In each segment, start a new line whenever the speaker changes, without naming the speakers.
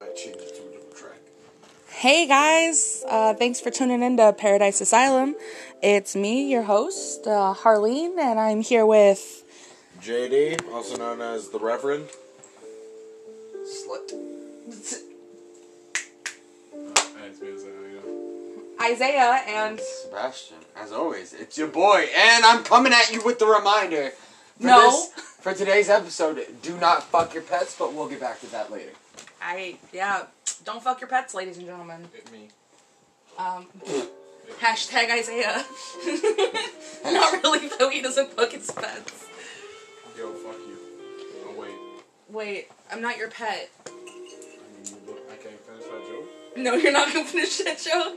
I changed it to a different track.
Hey guys, uh, thanks for tuning in to Paradise Asylum. It's me, your host, uh, Harleen, and I'm here with.
JD, also known as the Reverend. Slut.
Isaiah and
Sebastian, as always, it's your boy, and I'm coming at you with the reminder. For
No.
this- for today's episode, do not fuck your pets, but we'll get back to that later.
I yeah, don't fuck your pets, ladies and gentlemen.
Me.
Um, hashtag Isaiah. Not really though. He doesn't fuck his pets.
Yo, fuck you. Oh, wait.
Wait, I'm not your pet.
I mean, you look, I can't finish that joke.
No, you're not gonna finish that joke.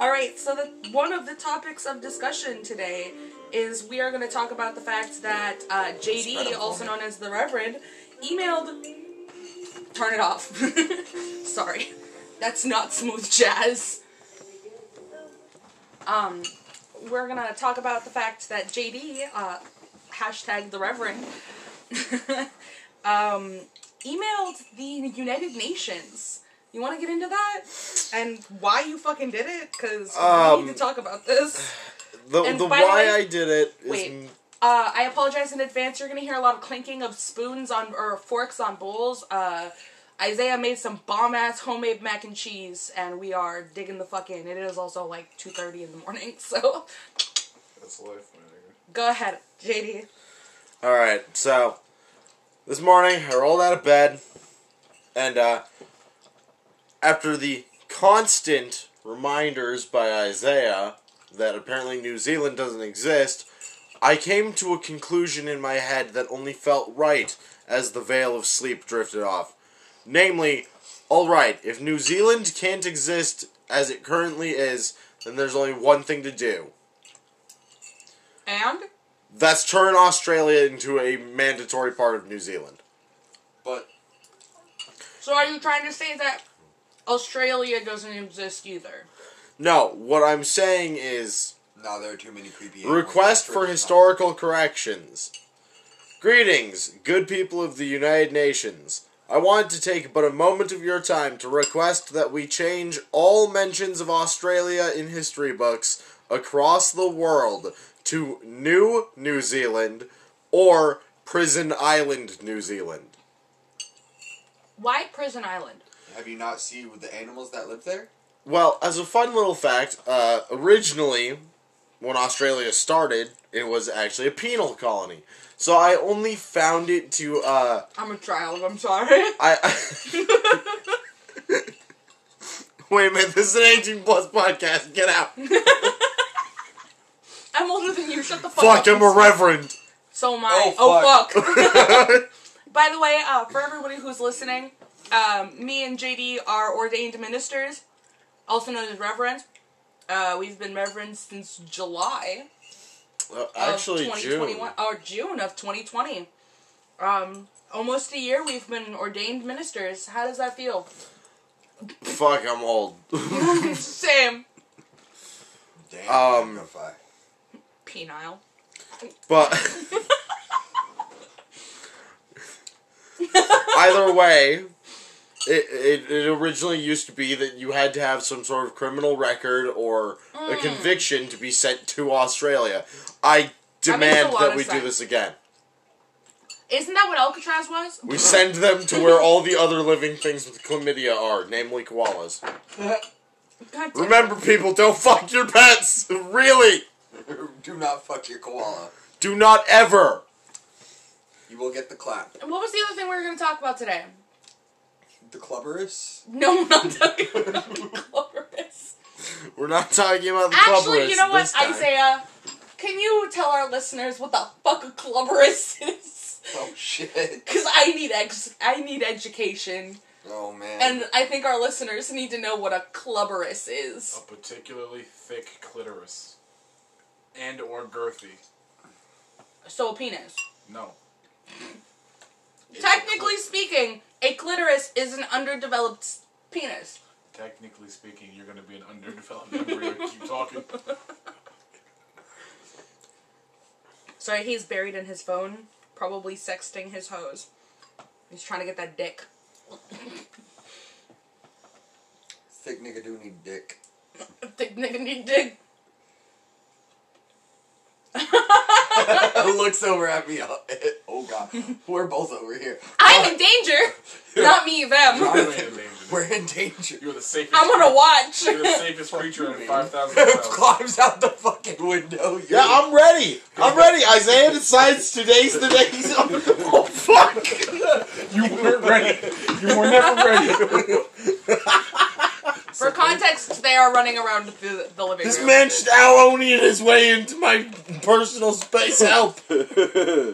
All right. So the, one of the topics of discussion today is we are going to talk about the fact that uh, JD, also known as the Reverend, emailed. Turn it off. Sorry, that's not smooth jazz. Um, we're gonna talk about the fact that JD, uh, hashtag the Reverend, um, emailed the United Nations. You want to get into that and why you fucking did it? Because we
Um,
need to talk about this.
The,
And
the
by
why
the way-
I did it is
Wait.
m-
Uh, I apologize in advance. You're gonna hear a lot of clinking of spoons on or forks on bowls. Uh, Isaiah made some bomb ass homemade mac and cheese, and we are digging the fuck in. It is also like two thirty in the morning, so
That's life, my nigga.
go ahead, JD.
all right. So this morning I rolled out of bed, and uh, after the constant reminders by Isaiah that apparently New Zealand doesn't exist, I came to a conclusion in my head that only felt right as the veil of sleep drifted off. Namely, all right, if New Zealand can't exist as it currently is, then there's only one thing to do.
And
That's turn Australia into a mandatory part of New Zealand.
But
so, are you trying to say that Australia doesn't exist either?
No, what I'm saying is
No, there are too many creepy.
request for historical corrections. Greetings, good people of the United Nations. I want to take but a moment of your time to request that we change all mentions of Australia in history books across the world to New New Zealand or Prison Island, New Zealand.
Why Prison Island?
Have you not seen the animals that live there?
Well, as a fun little fact, uh, originally, when Australia started, it was actually a penal colony. So I only found it to, uh,
I'm a child. I'm sorry.
I. Wait a minute, this is an 18 plus podcast, get out!
I'm older than you. Shut the fuck, up.
Fuck, I'm a reverend!
So am I. Oh
Oh,
fuck. By the way, uh, for everybody who's listening, um, me and JD are ordained ministers, also known as reverends. Uh, we've been reverends since July
Uh,
of
actually, June.
2021, or June of 2020. Um, almost a year we've been ordained ministers. How does that feel?
Fuck, I'm old.
Same.
Damn.
Um,
magnify.
Penile.
But either way, it, it, it originally used to be that you had to have some sort of criminal record or
Hmm.
a conviction to be sent to Australia. I demand
lot
that,
of
we
sense.
do this again.
Isn't that what Alcatraz was?
We send them to where all the other living things with chlamydia are, namely koalas.
God damn.
Remember, people, don't fuck your pets! Really!
Um.
do not fuck your koala.
Do not ever!
You will get the clap.
What was the other thing we were going to talk about today?
The clubberus.
No, we're not talking about the Cloris.
We're not talking about the
Actually, you
Clubberus
know what,
this time.
Isaiah? Can you tell our listeners what the fuck a clubberus is?
Oh shit.
Because I need ex- I need education,
Oh man.
and I think our listeners need to know what a clubberus is.
a particularly thick clitoris and or girthy
Oh. So a penis.
no
Technically speaking, a clitoris is an underdeveloped s- penis.
technically speaking you're going to be an underdeveloped embryo keep talking
Sorry, he's buried in his phone, probably sexting his hose. He's trying to get that dick.
nigga do need dick.
Thick nigga need dick.
Looks over at me. Oh god, we're both over here.
Oh.
I'm in danger. Not me, them.
You're in danger.
We're in danger.
You're the safest.
I'm gonna watch.
You're the safest creature in five thousand miles.
Climbs out the fucking window.
Yeah, I'm ready. I'm ready. Isaiah decides today's the day. He's oh fuck.
You weren't ready. You were never ready.
For context, they are running around the, the living
This
room.
man just Alonian his way into my personal space. Help! Uh,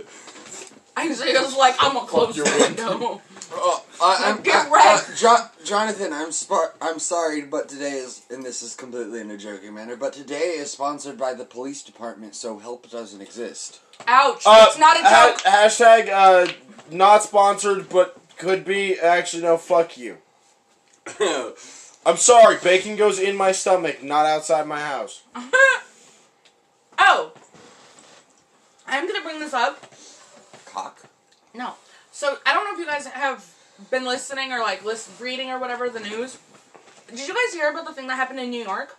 Isaiah's like, I'm gonna close the window.
Oh, I, I'm,
Get
I-
wrecked.
uh, Jo- Jonathan, I'm spar- I'm sorry, but today is, and this is completely in a joking manner, but today is sponsored by the police department, so help doesn't exist.
Ouch.
Uh,
it's not a
ha-
joke.
hashtag uh, not sponsored, but could be. Actually, no. Fuck you. I'm sorry. Bacon goes in my stomach, not outside my house.
oh. I'm gonna bring this up
Cock.
No. So I don't know if you guys have been listening or like listen, reading or whatever the news. Did you guys hear about the thing that happened in New York?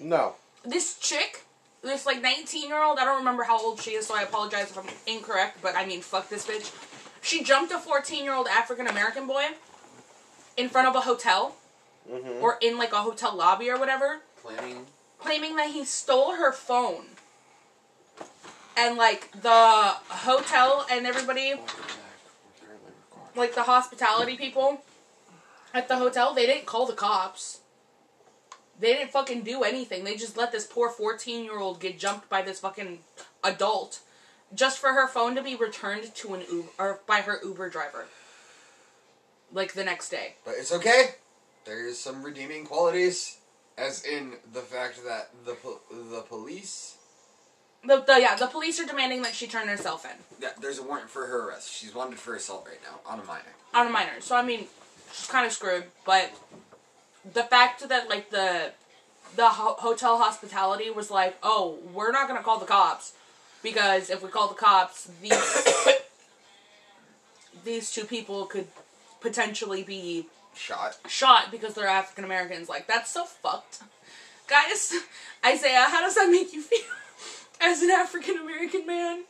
No.
This chick, this like 19 year old, I don't remember how old she is, so I apologize if I'm incorrect, but I mean, fuck this bitch. She jumped a 14 year old African American boy in front of a hotel or in like a hotel lobby or whatever,
Planning.
claiming that he stole her phone. And like the hotel and everybody like the hospitality people at the hotel, they didn't call the cops. They didn't fucking do anything. They just let this poor 14 year old get jumped by this fucking adult just for her phone to be returned to an Uber or by her Uber driver. Like the next day.
But it's okay. There is some redeeming qualities, as in the fact that the po- the police.
The, the yeah, the police are demanding that she turn herself in
Yeah, there's a warrant for her arrest. She's wanted for assault right now on a minor.
on a minor. So I mean, she's kind of screwed, but the fact that like the the ho- hotel hospitality was like, "Oh, we're not going to call the cops." because if we call the cops, these these two people could potentially be
Shot.
shot because they're African Americans. Like that's so fucked, guys. Isaiah, how does that make you feel as an African American man?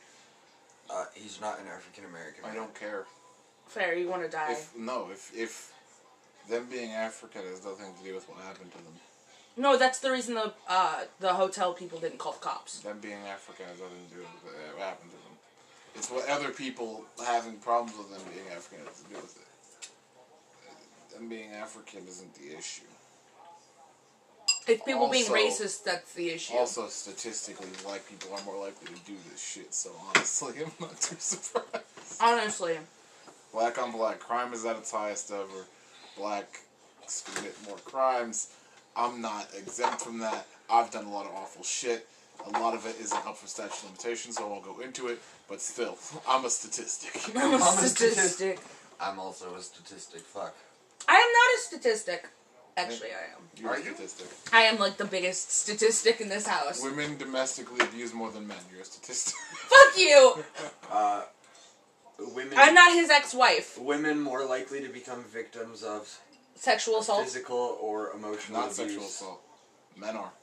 Uh, he's not an African American.
I don't care.
Fair, you want to die?
If no, if if them being African has nothing to do with what happened to them.
No, that's the reason the uh, the hotel people didn't call the cops.
Them being African has nothing to do with what happened to them. It's what other people having problems with them being African has to do with it. Them being African isn't the issue.
It's people being
Also-
racist that's the issue.
Also, statistically, black people are more likely to do this shit. So honestly, I'm not too surprised.
Honestly,
Black on black crime is at its highest ever. Black commit more crimes. I'm not exempt from that. I've done a lot of awful shit. A lot of it isn't up for statute of limitations, so I won't go into it. But still, I'm a statistic.
I'm a
I'm a
statistic.
I'm also a statistic. Fuck.
I am not a statistic. Actually, I am.
You're
Are
a
you?
statistic.
I am like the biggest statistic in this house.
Women domestically abuse more than men. You're a statistic.
Fuck you!
Uh, women.
I'm not his ex-wife.
Women more likely to become victims of
Sexual assault.
physical or emotional
not
abuse.
sexual assault. Men are.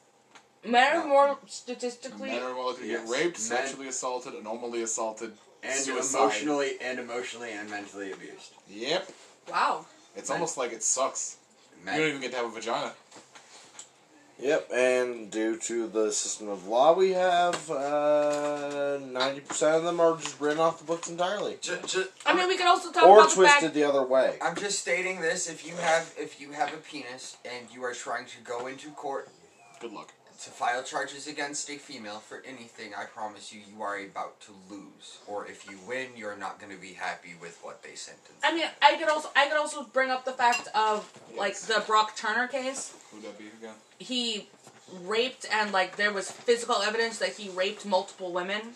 Men are
No.
more statistically.
Men are more likely to
Yes.
get raped,
Men-
sexually assaulted, and normally assaulted.
and
suicide.
emotionally and emotionally and mentally abused.
Yep.
Wow.
It's
Men.
almost like it sucks.
Men.
You don't even get to have a vagina.
Yep, and due to the system of law we have, uh, 90% of them are just written off the books entirely.
Ju- ju-
I mean, we could also talk
Or
about the fact.
twisted the other way.
I'm just stating this. If you have if you have a penis and you are trying to go into court
Good luck.
to file charges against a female for anything, I promise you, you are about to lose. Or if you win, you're not going to be happy with what they sentenced.
I mean, I could also I could also bring up the fact of like
Yes.
the Brock Turner case.
Who'd that be again?
He raped and like there was physical evidence that he raped multiple women.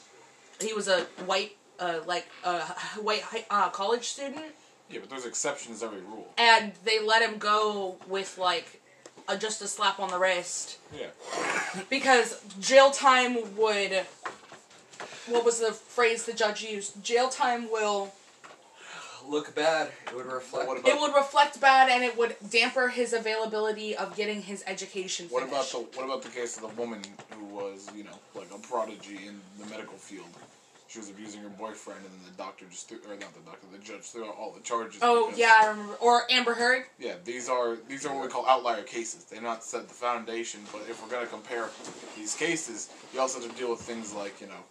He was a white, uh, like a white uh, college student.
Yeah, but there's exceptions to every rule.
and they let him go with like a, just a slap on the wrist
Yeah.
because jail time would what was the phrase the judge used jail time will
look bad. It would reflect.
What about-
It would reflect bad and it would damper his availability of getting his education
What about
finished.
the what about the case of the woman who was, you know, like a prodigy in the medical field? She was abusing her boyfriend, and the doctor just threw, or not the doctor, the judge threw out all the charges.
Oh
because-
yeah, I remember. Or Amber Heard.
yeah. These are these are what we call outlier cases. They're not set the foundation, but if we're gonna compare these cases, you also have to deal with things like you know,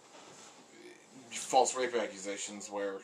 false rape accusations where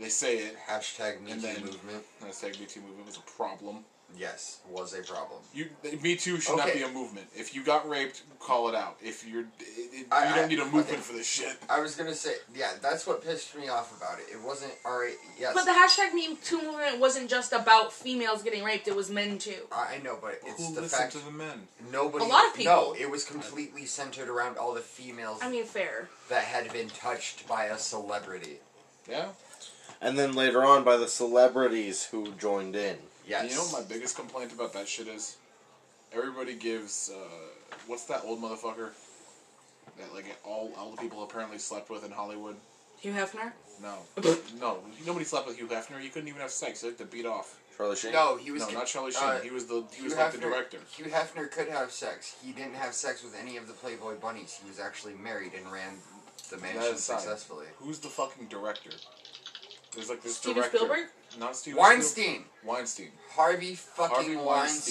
they say it.
Hashtag Me
And
Too
then-
movement.
Hashtag Me Too movement was a problem.
Yes, was a problem.
You, Me Too should not
Okay.
be a movement. If you got raped, call it out. If you're, it, it,
I-
you don't
I-
need a movement
okay.
for this shit.
I was gonna say, yeah, that's what pissed me off about it. It wasn't alright. Yes,
But the hashtag Me Too movement wasn't just about females getting raped, it was men too.
I I know, but it's the
listened
fact
the men?
nobody.
A lot of people.
No, it was completely centered around all the females
I mean, fair.
that had been touched by a celebrity.
Yeah.
And then later on by the celebrities who joined in.
Yes.
You know what my biggest complaint about that shit is? Everybody gives uh, what's that old motherfucker that like all all the people apparently slept with in Hollywood?
Hugh Hefner?
No, no, nobody slept with Hugh Hefner. You couldn't even have sex. You had to beat off.
Charlie Sheen.
no, he was
no,
con-
not Charlie Sheen.
uh,
he was the he was
Hugh
like the
Hefner-
director.
Hugh Hefner could have sex. He didn't have sex with any of the Playboy bunnies. He was actually married and ran the mansion
aside.
successfully.
Who's the fucking director? There's like this
Steven
director.
Spielberg?
Not Steven.
Weinstein,
Spiel- Weinstein.
Harvey fucking
Harvey
Weinstein.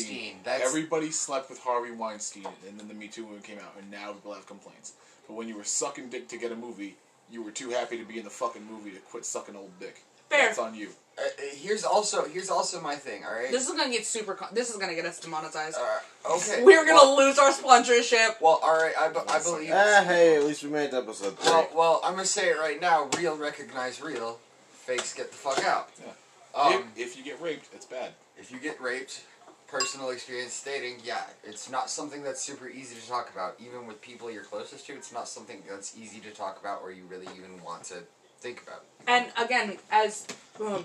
Weinstein.
That's
Everybody slept with Harvey Weinstein, and then the Me Too movement came out, and now people have complaints. But when you were sucking dick to get a movie, you were too happy to be in the fucking movie to quit sucking old dick.
Fair.
That's on you.
Uh, uh, here's also here's also my thing. All right.
This is gonna get super. Con- this is gonna get us demonetized.
Uh, okay.
We're gonna
Well,
lose our sponsorship.
well, all right. I, bu- I
One second.
believe.
Ah, hey, at least we made episode three.
Well, well, I'm gonna say it right now. Real recognize real. Fakes get the fuck out.
Yeah.
Um,
if, if you get raped, it's bad.
if you get raped, personal experience stating, yeah, it's not something that's super easy to talk about. Even with people you're closest to, it's not something that's easy to talk about or you really even want to think about.
And again, as um,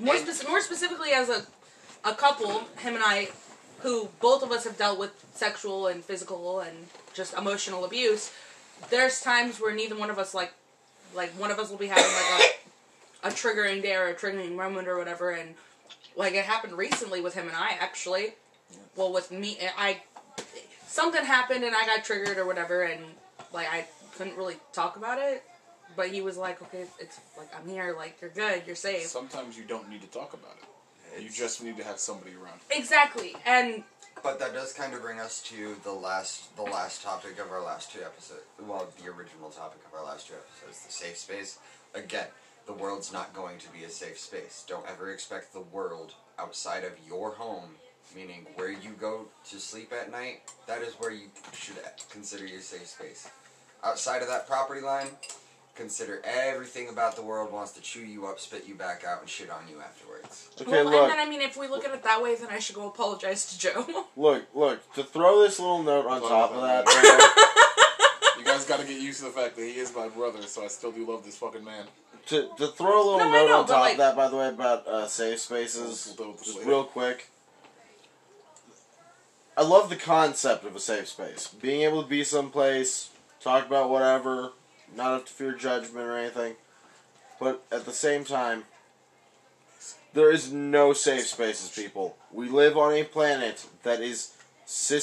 more, spec- more specifically as a a couple, him and I, who both of us have dealt with sexual and physical and just emotional abuse. There's times where neither one of us like, like one of us will be having like a, a triggering day or a triggering moment or whatever, and like it happened recently with him and I actually. Well, with me, eh, I something happened and I got triggered or whatever, and like I couldn't really talk about it. But he was like, "Okay, it's like I'm here. Like you're good. You're safe."
Sometimes you don't need to talk about it. You just need to have somebody around.
Exactly, and
But that does kind of bring us to the last the last topic of our last two episodes. Well, the original topic of our last two episodes, the safe space. Again, the world's not going to be a safe space. Don't ever expect the world outside of your home, meaning where you go to sleep at night, that is where you should consider your safe space. Outside of that property line, consider everything about the world wants to chew you up, spit you back out, and shit on you afterwards.
Okay,
well,
look,
and then I mean, if we look at it that way, then I should go apologize to Joe.
look, look. To throw this little note on
Look,
top of
look,
that,
You guys got to get used to the fact that he is my brother, so I still do love this fucking man.
to, to throw a little
No, I
note
know,
on
but,
top
like-
of that, by the way, about uh, safe spaces,
We'll deal with this
just
later.
real quick. I love the concept of a safe space. Being able to be someplace, talk about whatever, not have to fear judgment or anything. But at the same time, there is no safe spaces, people. We live on a planet that is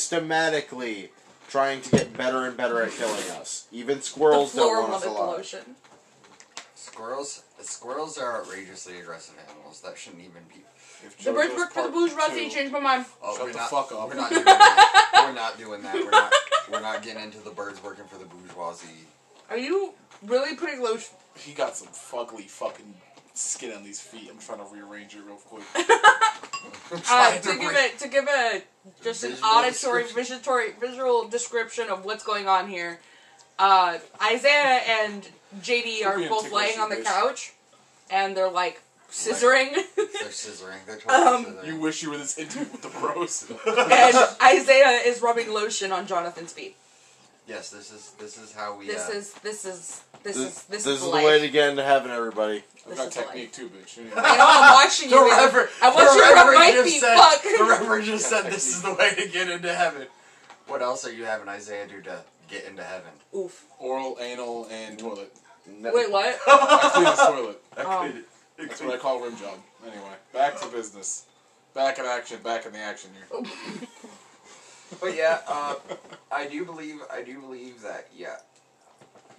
systematically trying to get better and better at killing us. Even
the
squirrels
floor
don't want us
wanted
alive.
pollution.
Squirrels, squirrels are outrageously aggressive animals. That shouldn't even be.
If
The birds
JoJo's
work for the
Part
bourgeoisie.
Two-
Changed my mind.
Oh,
Shut
we're
the
not,
fuck up.
We're not doing that. we're not doing that. We're not. We're not getting into the birds working for the bourgeoisie.
Are you really putting lotion?
He got some fugly fucking skin on these feet. I'm trying to rearrange it real quick.
Uh,
Trying
to give
bring-
it to give a just an
Visual
auditory, visual, visual description of what's going on here. Uh, Isaiah and JD
Could be
are
a
both
ticklish
laying on the
bitch.
couch, and they're like scissoring.
They're scissoring. They're totally
Um,
scissoring.
You wish you were this intimate with the bros.
and Isaiah is rubbing lotion on Jonathan's feet.
yes, this is this is how we.
This
uh,
is this is this,
This,
is this,
this is
the
the
life.
way to get into heaven, everybody.
I've
This
got
is the life.
technique too, bitch. You know.
You know, I'm watching
The
you. Ethan.
reverend.
I want
the
you to rub
reverend
my
just
feet,
said,
fuck.
The reverend just said this is the way to get into heaven. What else are you having Isaiah do to get into heaven?
Oof.
Oral, anal, and toilet.
No-
Wait, what?
I clean the toilet.
Oh.
That's what I call rim job. Anyway, back to business. Back in action. Back in the action here.
But yeah, uh, I do believe I do believe that yeah,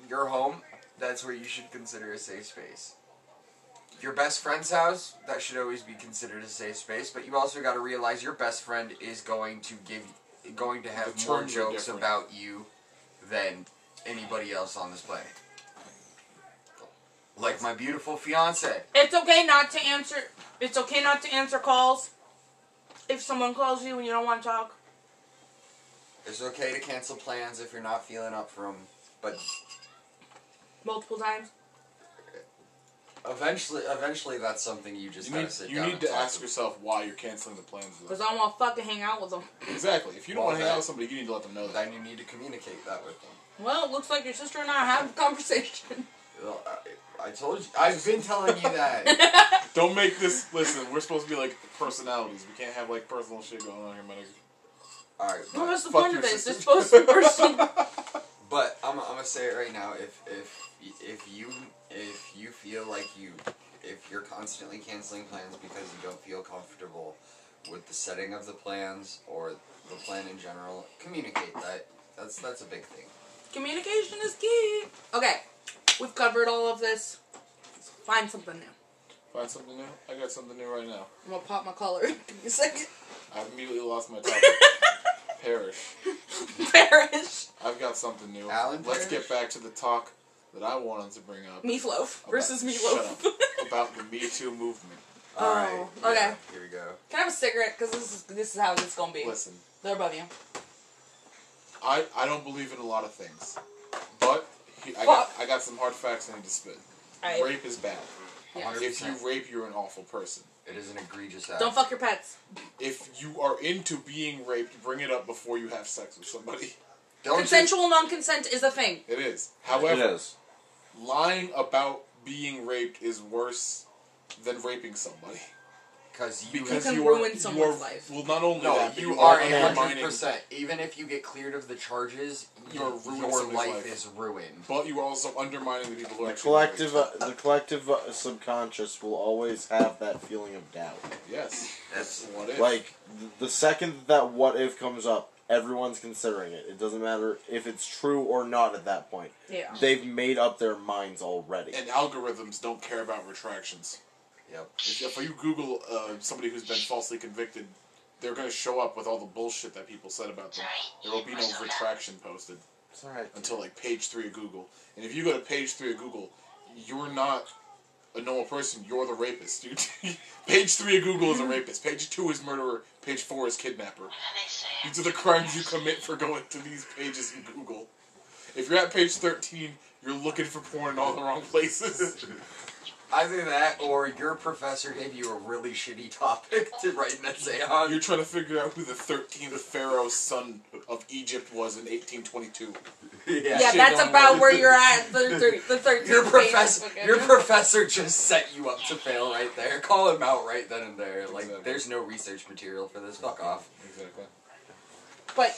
your home that's where you should consider a safe space. Your best friend's house that should always be considered a safe space, but you also got to realize your best friend is going to give going to have
The
more
terms are
jokes
different.
about you than anybody else on this planet. Like my beautiful fiance.
It's okay not to answer. It's okay not to answer calls. If someone calls you and you don't want to talk,
It's okay to cancel plans if you're not feeling up for them, but
multiple times.
eventually, eventually, that's something you just
You
gotta
need,
sit
you
down
need
and
to
talk
ask
to.
yourself why you're canceling the plans. with
Because
them.
I want to fucking hang out with them.
Exactly. If you don't
Well,
want to hang out
that-
with somebody, you need to let them know that.
Then you need to communicate that with them.
Well, it looks like your sister and I have a conversation.
Well, I, I told you. I've been telling you that.
Don't make this. Listen, we're supposed to be like personalities. We can't have like personal shit going on here, man.
All right,
What
but,
was the
Fuck
point
your
of this?
sister.
It's supposed to be personal.
but I'm, I'm gonna say it right now. If if if you if you feel like you if you're constantly canceling plans because you don't feel comfortable with the setting of the plans or the plan in general, communicate that. That's that's a big thing.
Communication is key. Okay, we've covered all of this. Let's find something new.
Find something new. I got something new right now.
I'm gonna pop my collar. Give me a second.
I immediately lost my topic. Perish.
Perish.
I've got something new.
Alan
Let's
Parrish?
get back to the talk that I wanted to bring up.
Meatloaf
about-
versus
shut
meatloaf.
up. about the Me Too movement.
All right.
Oh,
yeah,
okay.
here we go.
Can I have a cigarette? Because this is this is how it's gonna be.
Listen,
They're above you.
I, I don't believe in a lot of things, but he, I got
Fuck.
I got some hard facts I need to spit.
All right.
Rape is bad.
Yeah.
If you
100%.
rape, you're an awful person.
It is an egregious act.
Don't fuck your pets.
If you are into being raped, bring it up before you have sex with somebody.
Don't you-
Consensual non-consent is a thing.
It is.
It
However,
is.
lying about being raped is worse than raping somebody
Cause you
because
can
you,
ruin
are,
someone's
you are,
life.
Well, not only
No,
that, but
you are a hundred
undermining-
percent. Even if you get cleared of the charges,
You're
your
ruining
your
somebody's
life,
life.
is ruined.
But you are also undermining the people who
The
are
collective, uh, the collective uh, subconscious will always have that feeling of doubt.
Yes.
That's-
what if.
Like th- the second that what if comes up, everyone's considering it. It doesn't matter if it's true or not at that point.
Yeah.
They've made up their minds already.
and algorithms don't care about retractions.
Yep.
If, if you Google uh, somebody who's been falsely convicted, they're going to show up with all the bullshit that people said about them. There will be no retraction posted
It's alright.
until like page three of Google. And if you go to page three of Google, you're not a normal person. You're the rapist, dude. page three of Google is a rapist. Page two is murderer. Page four is kidnapper. These are the crimes you commit for going to these pages in Google. If you're at page 13, you're looking for porn in all the wrong places.
Either that, or your professor gave you a really shitty topic to write an essay on.
Uh, You're trying to figure out who the 13th pharaoh's son of Egypt was in 1822.
Yeah,
Shit
that's
on
about
what-
where you're at. The thir- the thirteenth.
Your professor, your professor just set you up to fail right there. Call him out right then and there. Like,
Exactly.
there's no research material for this. Fuck off.
Exactly.
but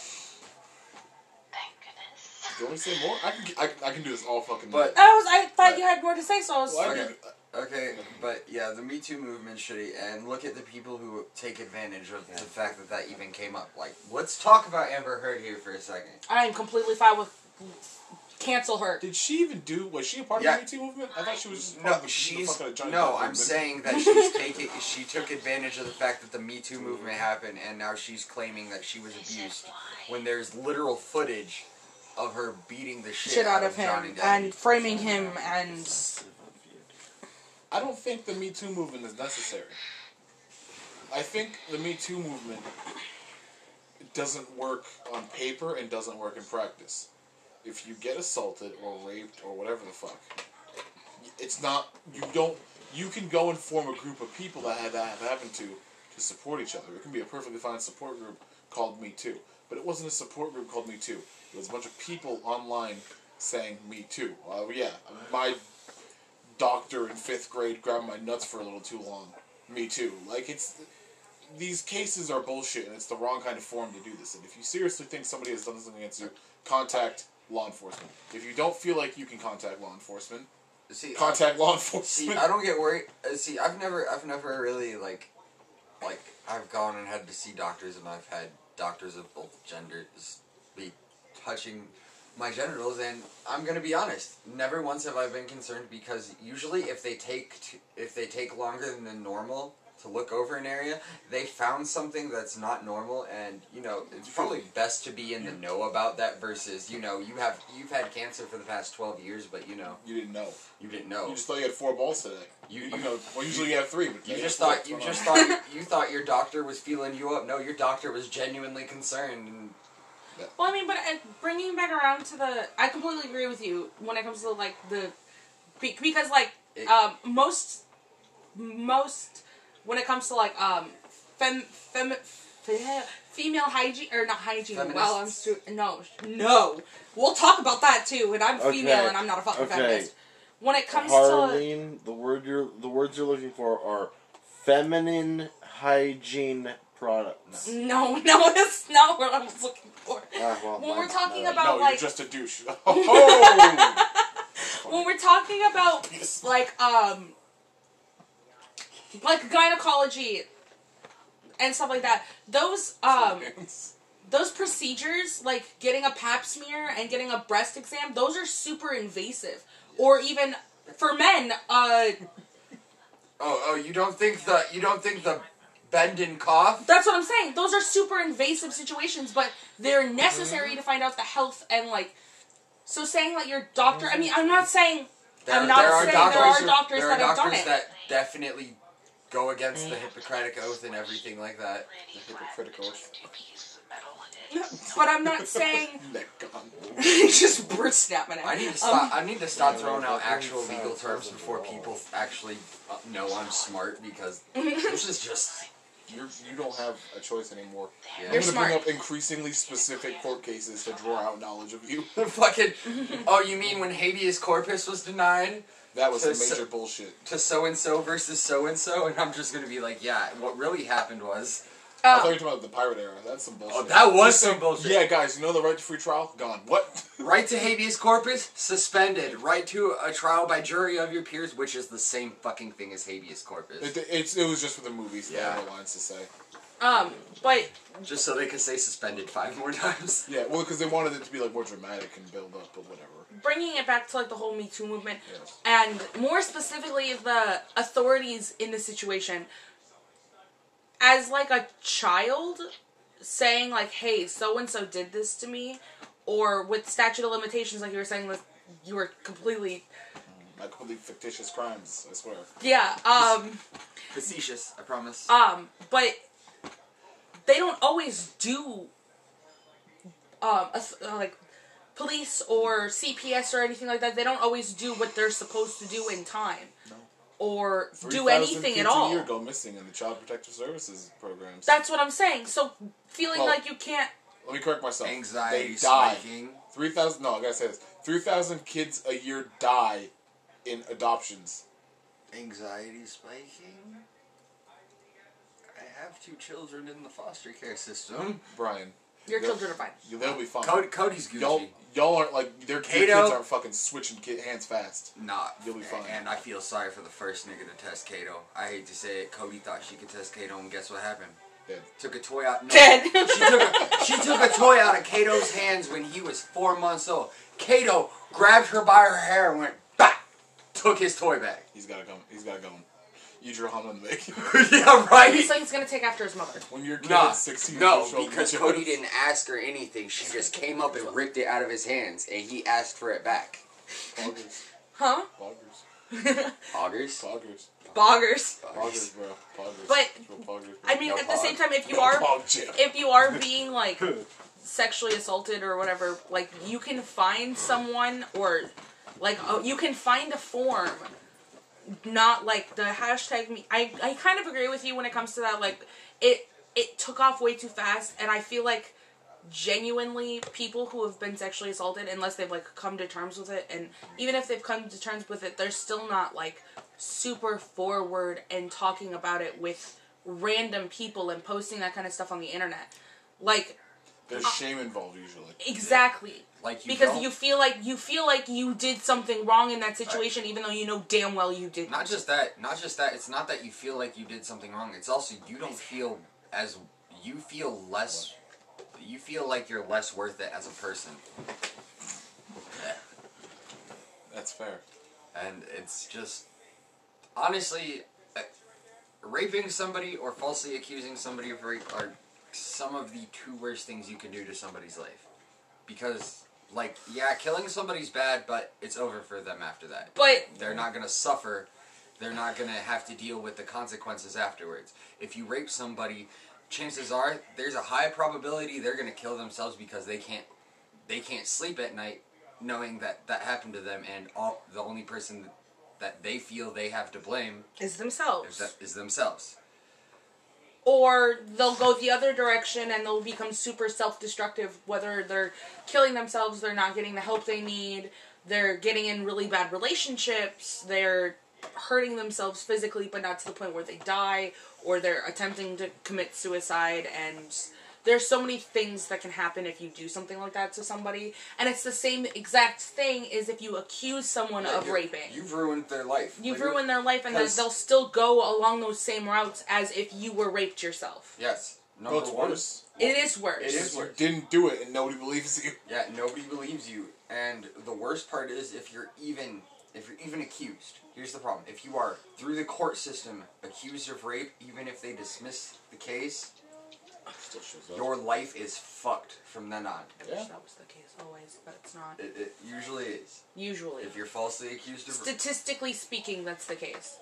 Thank goodness.
Do you want me to say more? I can, I, can- I can do this all fucking
But-
night.
I was I thought you had more to say, so I was.
Well, I
Okay.
can-
Okay, but yeah, the Me Too movement shitty, and look at the people who take advantage of the fact that that even came up. Like, let's talk about Amber Heard here for a second.
I am completely fine with cancel her.
Did she even do? Was she a part
Yeah.
of the Me Too movement? I thought she was just part
No,
of the, the
she's
fucking giant
no.
movement.
I'm saying that she's taking. She took advantage of the fact that the Me Too movement happened, and now she's claiming that she was abused when there's literal footage of her beating the shit,
Shit out of
Johnny
him
Depp.
and framing him and
I don't think the Me Too movement is necessary. I think the Me Too movement doesn't work on paper and doesn't work in practice. If you get assaulted or raped or whatever the fuck, it's not you don't you can go and form a group of people that have that have happened to to support each other. It can be a perfectly fine support group called Me Too, but it wasn't a support group called Me Too. It was a bunch of people online saying Me Too. Well, yeah, my doctor in fifth grade grabbed my nuts for a little too long. Me too. Like it's these cases are bullshit, and it's the wrong kind of forum to do this. And if you seriously think somebody has done something against you, contact law enforcement. If you don't feel like you can contact law enforcement,
see,
Contact law
See,
enforcement.
I don't get worried. uh, See, I've never, I've never really like, like I've gone and had to see doctors, and I've had doctors of both genders be touching my genitals, and I'm gonna be honest, never once have I been concerned because usually if they take, t- if they take longer than normal to look over an area, they found something that's not normal, and you know it's probably best to be in the know about that versus you know you have you've had cancer for the past twelve years, but you know
you didn't know.
you didn't know.
You just thought you had four balls today.
You-
You,
you-
know, well, usually you have three. But
You
today
just
you have
thought
four.
you
What's
just
going
thought you, you thought your doctor was feeling you up. No, your doctor was genuinely concerned. And
Well, I mean, but uh, bringing back around to the, I completely agree with you when it comes to like the, be- because like
It-
um, most, most when it comes to like um, fem, fem, fe- female hygiene or not hygiene. Well, I'm
Feminists.
stu- no, no. We'll talk about that too. And I'm female
Okay.
and I'm not a fucking
Okay.
feminist. When it comes to
Harleen, the word you're the words you're looking for are feminine hygiene products.
no, no, that's not what I was looking for.
Ah, well,
When we're
mine's
talking
not.
on?
about
no,
like
you're just a douche. Oh,
when we're talking about
Yes.
like um like gynecology and stuff like that those um those procedures like getting a pap smear and getting a breast exam those are super invasive or even for men uh
oh, oh, you don't think the you don't think the bend and cough?
that's what i'm saying those are super invasive situations but they're
Mm-hmm.
necessary to find out the health and like so saying like your doctor i mean i'm not saying I'm not saying there are doctors
there are
that have done
doctors
it.
that definitely go against the Hippocratic oath and everything like that.
Really
The
flat
hypocritical
between
oath.
two pieces of metal and it's
but i'm not saying
neck gone.
just bird snapping at
I need to
Um,
stop. I need to stop throwing out actual legal terms before people actually uh, know I'm smart because this is just.
You're, you don't have a choice anymore.
Yeah.
I'm
You're
gonna
smart.
bring up increasingly specific court cases to draw out knowledge of you.
The fucking. Oh, you mean when habeas corpus was denied?
That was
So-
some major
so-
bullshit.
to so and so versus so and so, and I'm just gonna be like, yeah, what really happened was.
I thought you
Um,
were talking about the pirate era. That's some bullshit.
Oh, that was
Just
some
say,
bullshit.
Yeah, guys, you know the right to free trial? Gone. What?
Right to habeas corpus, suspended. Right to a trial by jury of your peers, which is the same fucking thing as habeas corpus.
It, it's, it was just for the movies. Yeah.
Yeah.
They had no lines to say.
um but
Just so they could say suspended five more times.
Yeah, well, because they wanted it to be like more dramatic and build up, but whatever.
bringing it back to like the whole Me Too movement,
Yes.
and more specifically the authorities in the situation, as like a child saying like, "Hey, so and so did this to me," or with statute of limitations, like you were saying, with you were completely
I call these fictitious crimes. I swear.
yeah um
Facetious, I promise.
um but they don't always do um a, like police or CPS or anything like that. They don't always do what they're supposed to do in time.
No.
Or do
3,000
anything
kids
at
A year
all.
go missing in the Child Protective Services programs.
That's what I'm saying. So feeling
Well-
like you can't
Let me correct myself.
Anxiety
They die.
spiking.
Three thousand. No, I gotta say this. Three thousand kids a year die in adoptions.
Anxiety spiking. I have two children in the foster care system.
Brian,
your
Yeah.
children are fine.
you, they'll be fine.
Cody, Cody's Gucci.
y'all, y'all aren't like their your
Kato.
kids aren't fucking switching kid, hands fast.
Not.
You'll be fine.
And I feel sorry for the first nigga to test Kato. I hate to say it, Cody thought she could test Kato, and guess what happened?
Dead.
Took a toy out. No,
Dead.
She took a, she took a toy out of Kato's hands when he was four months old. Kato grabbed her by her hair and went back. Took his toy back.
He's gotta go. He's gotta go. You drew him in the make.
yeah, right.
He's like he's gonna take after his mother.
when your kid
Nah,
is sixteen
no,
years old,
because
you-
Cody didn't ask her anything. She just came up and ripped it out of his hands, and he asked for it back.
Boggers,
Huh?
boggers,
Augers.
boggers,
Boggers.
boggers, bro, boggers.
But,
It's real boggers, bro.
I mean
No
at the same
bog.
time if you
No
are
bog jam.
if you are being like sexually assaulted or whatever, like you can find someone or like uh, you can find a form. Not like the hashtag me. I I kind of agree with you when it comes to that. Like it it took off way too fast, and I feel like genuinely people who have been sexually assaulted unless they've like come to terms with it and even if they've come to terms with it they're still not like super forward and talking about it with random people and posting that kind of stuff on the internet like
There's shame involved usually.
Exactly.
Like you
because
don't-
you feel like you feel like you did something wrong in that situation, even though you know damn well you didn't.
Not just that. Not just that. It's not that you feel like you did something wrong. It's also you don't feel as you feel less. You feel like you're less worth it as a person,
That's fair.
and it's just honestly, uh, raping somebody or falsely accusing somebody of rape are some of the two worst things you can do to somebody's life. Because, like, yeah, killing somebody's bad, but it's over for them after that.
But
They're not going to suffer. They're not going to have to deal with the consequences afterwards. If you rape somebody, chances are there's a high probability they're going to kill themselves because they can't they can't sleep at night knowing that that happened to them and all the only person that they feel they have to blame
it's
is,
themselves.
that, is themselves.
or they'll go the other direction and they'll become super self-destructive whether they're killing themselves they're not getting the help they need they're getting in really bad relationships they're hurting themselves physically but not to the point where they die or they're attempting to commit suicide and there's so many things that can happen if you do something like that to somebody and it's the same exact thing as if you accuse someone of
You-
raping
You've ruined their life.
you've
Like, you're-
ruined their life and then
'cause-
they'll still go along those same routes as if you were raped yourself
Yes. Number
No, it's
one.
worse.
it is worse.
It is
You
worse.
didn't do it and nobody believes you.
Yeah, nobody believes you. And the worst part is if you're even if you're even accused. Here's the problem. If you are through the court system accused of rape, even if they dismiss the case,
Still shows
your life is fucked from then on.
I
Yeah.
wish that was the case always, but it's not.
It, it usually is.
Usually.
If you're falsely accused of rape,
Statistically speaking, that's the case.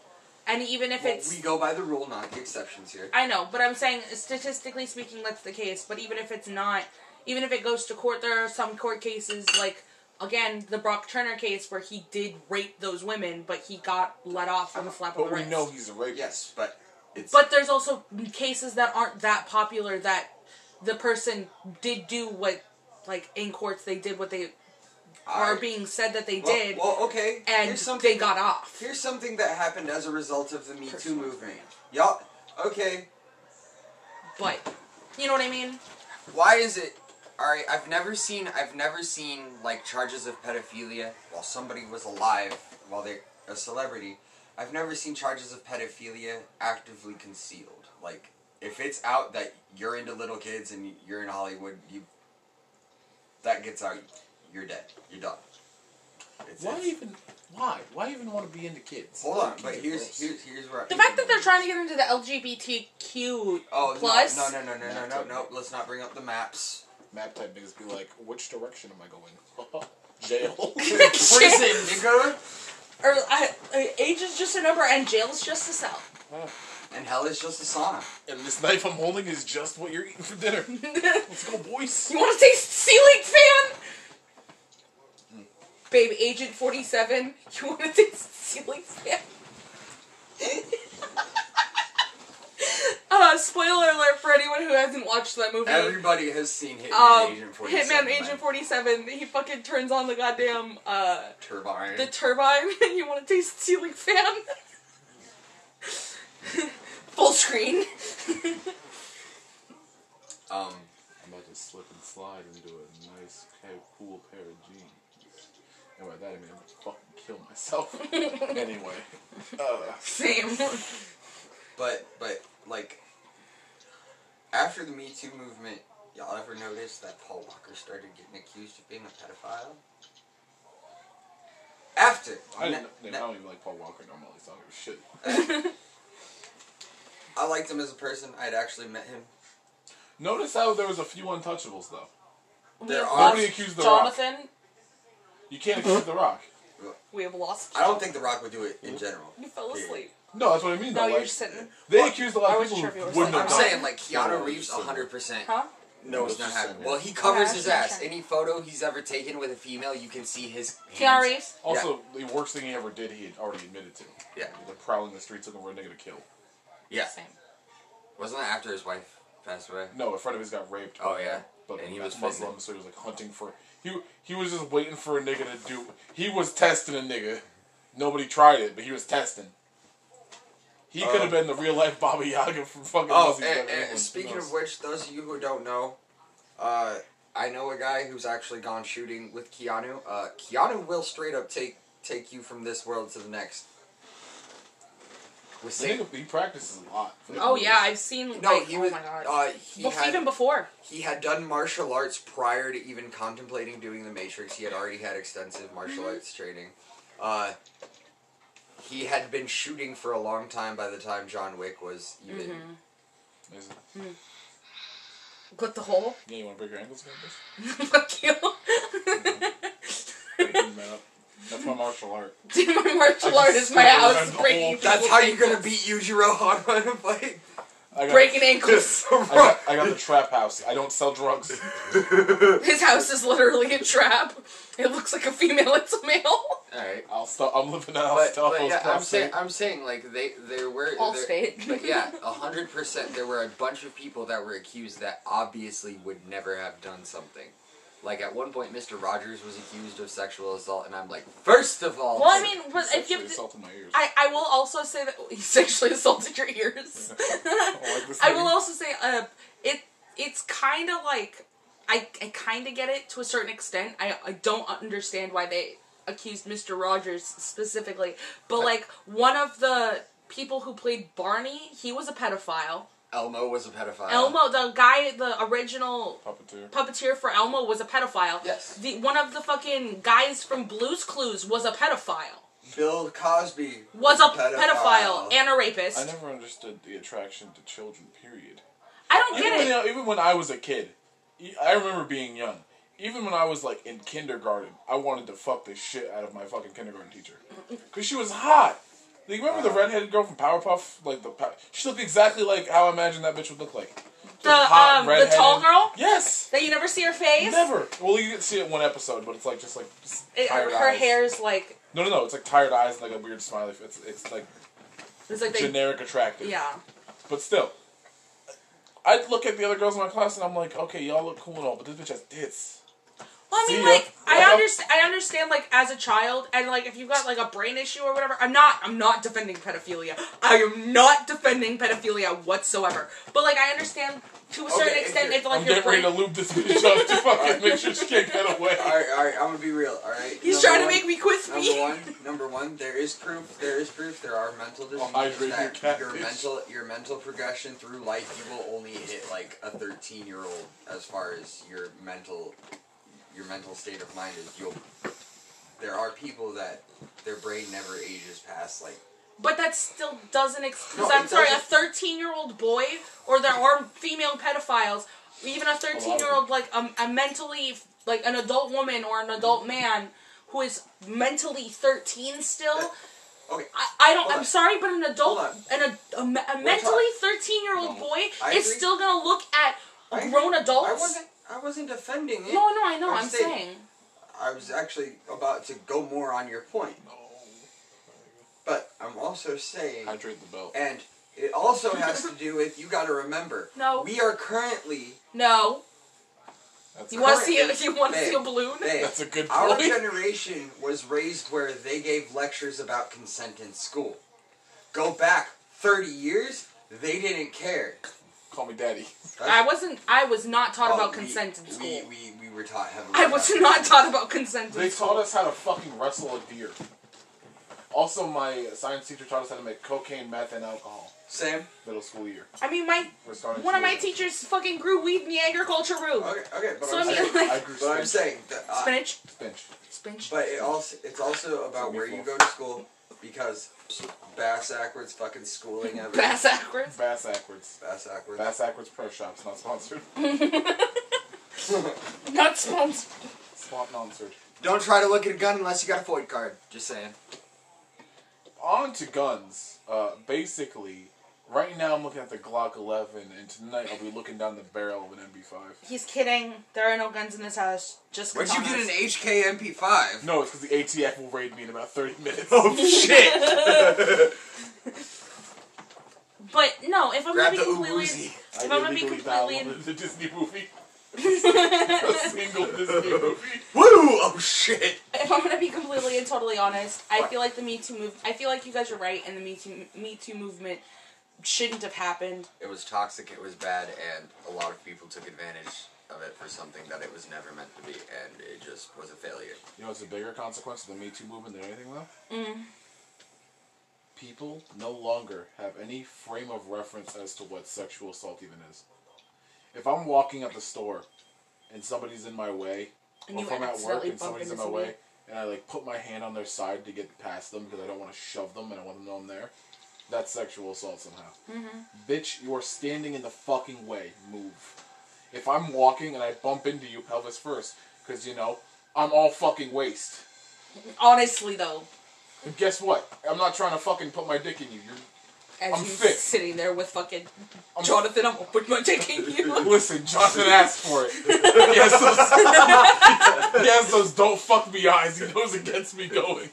And even if
well,
it's.
we go by the rule, not the exceptions here.
I know, but I'm saying statistically speaking, that's the case. But even if it's not, even if it goes to court, there are some court cases like. Again, the Brock Turner case where he did rape those women, but he got let off with a flap of
But
the
we
wrist.
know he's a rapist.
Yes, but it's
But there's also cases that aren't that popular that the person did do what, like in courts, they did what they are
I-
being said that they
well,
did.
Well, okay.
and
here's something
they got off.
Here's something that happened as a result of the Me Too
Personal
movement. Y'all, okay,
But you know what I mean?
why is it all right i've never seen i've never seen like charges of pedophilia while somebody was alive while they're a celebrity i've never seen charges of pedophilia actively concealed like if it's out that you're into little kids and you're in hollywood you that gets out you're dead you're done it's,
Why
it's-
even? Why? Why even want to be into kids?
hold on
Kids
but
are
here's
gross.
here's here's where
The fact that they're trying to get into the LGBTQ
oh no,
plus,
no no no no no no no let's not bring up the maps
map type niggas be like, which direction am I going? Jail.
prison nigga
or I, I- age is just a number and jail's just a cell.
and hell is just a sauna
and this knife I'm holding is just what you're eating for dinner. Let's go, boys.
You want to taste ceiling fan? Babe, Agent Forty Seven. You want to taste ceiling fan? uh, spoiler alert for anyone who hasn't watched that movie.
Everybody has seen Hitman
um,
Agent 47.
Hitman
man.
Agent 47, he fucking turns on the goddamn, uh,
Turbine.
the turbine and you want to taste ceiling fan. Full screen.
um,
I'm about to slip and slide into a nice, pair, cool pair of jeans. And by that I mean I'm gonna fucking kill myself. anyway, uh,
Same.
but, but, like, after the Me Too movement, y'all ever notice that Paul Walker started getting accused of being a pedophile? After.
I, didn't,
Na-
I
na-
don't even like Paul Walker normally, so I don't give a shit.
I liked him as a person. I'd actually met him.
Notice how there was a few untouchables though.
We
There
have
are-
lost
Nobody accused The Rock.
Jonathan.
You can't accuse The Rock.
We have lost.
I don't think The Rock would do it in general.
You fell
Period.
asleep.
No, that's what I mean.
No,
though.
you're
like,
just sitting.
They accused a lot
I
of
wasn't sure
people
if you
who
were
wouldn't
saying-
have
I'm
done. it.
saying, like,
No,
Keanu
no,
Reeves,
you're just
100%.
saying-
Huh?
No, it's
it's
not
just
happening.
saying-
Well, he covers
Yeah,
his
I'm
ass.
saying.
Any photo he's ever taken with a female, you can see his.
Keanu
hands.
Reeves.
Also, the worst thing he ever did, he had already admitted to.
Yeah.
Like prowling the streets looking for a nigga to kill.
Yeah.
Same.
Wasn't that after his wife passed away?
No, a friend of his got raped.
Oh, yeah.
But
And he
he
was
was Muslim,
pregnant.
so he was like hunting for. He he was just waiting for a nigga to do. He was testing a nigga. Nobody tried it, but he was testing. He could have been the real life Baba Yaga from fucking.
Oh,
Muslims,
and,
but everyone
and speaking
knows.
of which, those of you who don't know, Uh, I know a guy who's actually gone shooting with Keanu. Uh, Keanu will straight up take take you from this world to the next. With
The
Satan.
nigga, he practices a lot.
Oh yeah, I've seen.
No,
like,
he
oh
was.
my god.
Uh, he
Bef-
had
even before.
he had done martial arts prior to even contemplating doing the Matrix. He had already had extensive martial arts training. Uh, he had been shooting for a long time by the time John Wick was even.
Mm-hmm.
Is it-
Put Mm. the hole.
Yeah, you want to break your ankles again, bitch?
Fuck you.
Mm-hmm.
Breaking that up. That's my martial art.
Dude, my martial art is my
Around
house
the
breaking.
hole.
That's
people's
how you're gonna
ankles.
beat Yujiro Hanma in a fight.
I got,
breaking ankles.
I got, I got the trap house. I don't sell drugs.
His house is literally a trap. It looks like a female. It's a male.
All right.
I'll stop. I'm living out.
But,
Stop.
but yeah, I'm saying I'm saying like they they were
All
there-
state.
But yeah, hundred percent. There were a bunch of people that were accused that obviously would never have done something. Like at one point, Mr. Rogers was accused of sexual assault, and I'm like, first of all,
Well, I mean, but if you
sexually
have to,
assaulted my ears.
I, I will also say that he sexually assaulted your ears.
Oh, like this
I will
name.
also say, uh, it it's kind of like I I kind of get it to a certain extent. I I don't understand why they accused Mr. Rogers specifically, but like one of the people who played Barney, he was a pedophile.
Elmo was a pedophile.
Elmo, the guy, the original
Puppeteer.
puppeteer for Elmo was a pedophile.
Yes.
The one of the fucking guys from Blue's Clues was a pedophile.
Bill Cosby
Was a pedophile, and a rapist.
I
I,
never understood the attraction to children. Period.
don't
Even
get it.
when, I- even when I was a kid, e- I remember being young. Even when I was like in kindergarten, I wanted to fuck the shit out of my fucking kindergarten teacher because she was hot. Like, remember
Uh.
the redheaded girl from Powerpuff? Like the pow- she looked exactly like how I imagined that bitch would look like. Just
The, um, the tall girl?
Yes.
That you never see her face.
Never. Well, you didn't see it in one episode, but it's like just like just
It-
tired
her
eyes.
hair's like
No, no, no. It's like tired eyes and like a weird smiley. f- It's it's like
it's like they,
generic attractive.
yeah.
But still, I'd look at the other girls in my class and I'm like, okay, y'all look cool and all, but this bitch has tits.
Well, I
See
mean,
ya.
like I
Yeah.
understand. I understand, like as a child, and like if you've got like a brain issue or whatever. I'm not. I'm not defending pedophilia. I am not defending pedophilia whatsoever. But like I understand to a certain
Okay, if
extent
you're-
if like
I'm
your
getting
brain.
ready to loop this bitch up to fucking make sure she can't get away.
All right, all right. I'm gonna be real. All right.
He's
Number
trying
one-
to make me quit
Number
speed.
one, number one, there is proof. There is proof. There are mental diseases
hydrate your
that
cat,
your
bitch.
mental your mental progression through life. You will only hit like a thirteen year old as far as your mental your mental state of mind is. You'll there are people that their brain never ages past like
But that still doesn't. Ex-
No,
'cause I'm
it
sorry, a
doesn't.
13 year old boy, or there are female pedophiles, even a 13 year old, like a, a mentally, like an adult woman or an adult man who is mentally 13 still.
Uh, okay.
I, I don't.
Hold
I'm
on.
sorry, but an adult,
Hold
an a, a, me- a mentally 13 year old
No.
boy
I
is
agree.
still gonna look at
I-
grown
I
adults.
wasn't I wasn't defending it.
no, no, I know.
I'm
I'm,
saying-
saying.
I was actually about to go more on your point, but I'm also saying
Hydrate the belt.
And it also has to do with you got to remember.
No.
We are currently
No,
That's
you want to
Current is
see? You want to see a
big.
balloon?
they.
That's a good
Our
point.
generation was raised where they gave lectures about consent in school. Go back 30 years, they didn't care.
Call me daddy.
I wasn't. I was not taught
Oh,
about
we-
consent in school.
We, we, we were taught heavily.
I
about
was
consent.
not taught about consent in
They
school.
taught us how to fucking wrestle a deer. Also, my science teacher taught us how to make cocaine, meth, and alcohol.
Sam?
Middle school year.
I mean, my
We're starting
one of my
school year.
teachers fucking grew weed in the agriculture room.
Okay, okay but,
So
I'm,
I mean,
saying,
like-
I grew
but I'm
spinach.
saying. That, uh,
Spinach,
Spinach.
spinach.
But it also it's also about where you go to school because bass backwards fucking schooling ever.
Bass backwards.
Bass backwards.
Bass backwards.
Bass backwards pro shops, not sponsored.
Not sponsored.
Swap non-sponsored.
Don't try to look at a gun unless you got a Foyd card. Just saying.
on to guns. Uh, basically, right now I'm looking at the Glock 11, and tonight I'll be looking down the barrel of an MB5.
He's kidding. There are no guns in this house. Just
Where'd you get
katanas.
an HK MP5?
No, it's because the ATF will raid me in about 30 minutes.
Oh,
But no, if I'm
Grab
gonna be
the
completely,
Uzi.
if
I
I'm gonna be
illegally found
completely,
one of the Disney movie. a single Disney movie.
Woo! Oh shit!
if I'm gonna be completely and totally honest, I feel like the Me Too move. I feel like you guys are right, and the Me Too Me Too movement shouldn't have happened.
It was toxic, it was bad, and a lot of people took advantage of it for something that it was never meant to be, and it just was a failure.
You know, it's a bigger consequence of the Me Too movement than anything, though.
Mm.
People no longer have any frame of reference as to what sexual assault even is. If I'm walking at the store and somebody's in my way,
And
or
you
if I'm at work
accidentally
and somebody's in
bump
my
into
way, and I like put my hand on their side to get past them because I don't want to shove them and I want them to know I'm there, that's sexual assault somehow.
Mm-hmm.
Bitch, you are standing in the fucking way. Move. If I'm walking and I bump into you pelvis first, because you know, I'm all fucking waste.
Honestly, though,
And guess what? I'm not trying to fucking put my dick in you. You're,
as
I'm
you
fit.
sitting there with fucking Jonathan, I'm open my taking you.
listen, Johnson asked for it. He has, those, he has those don't fuck me eyes. He knows it gets me going.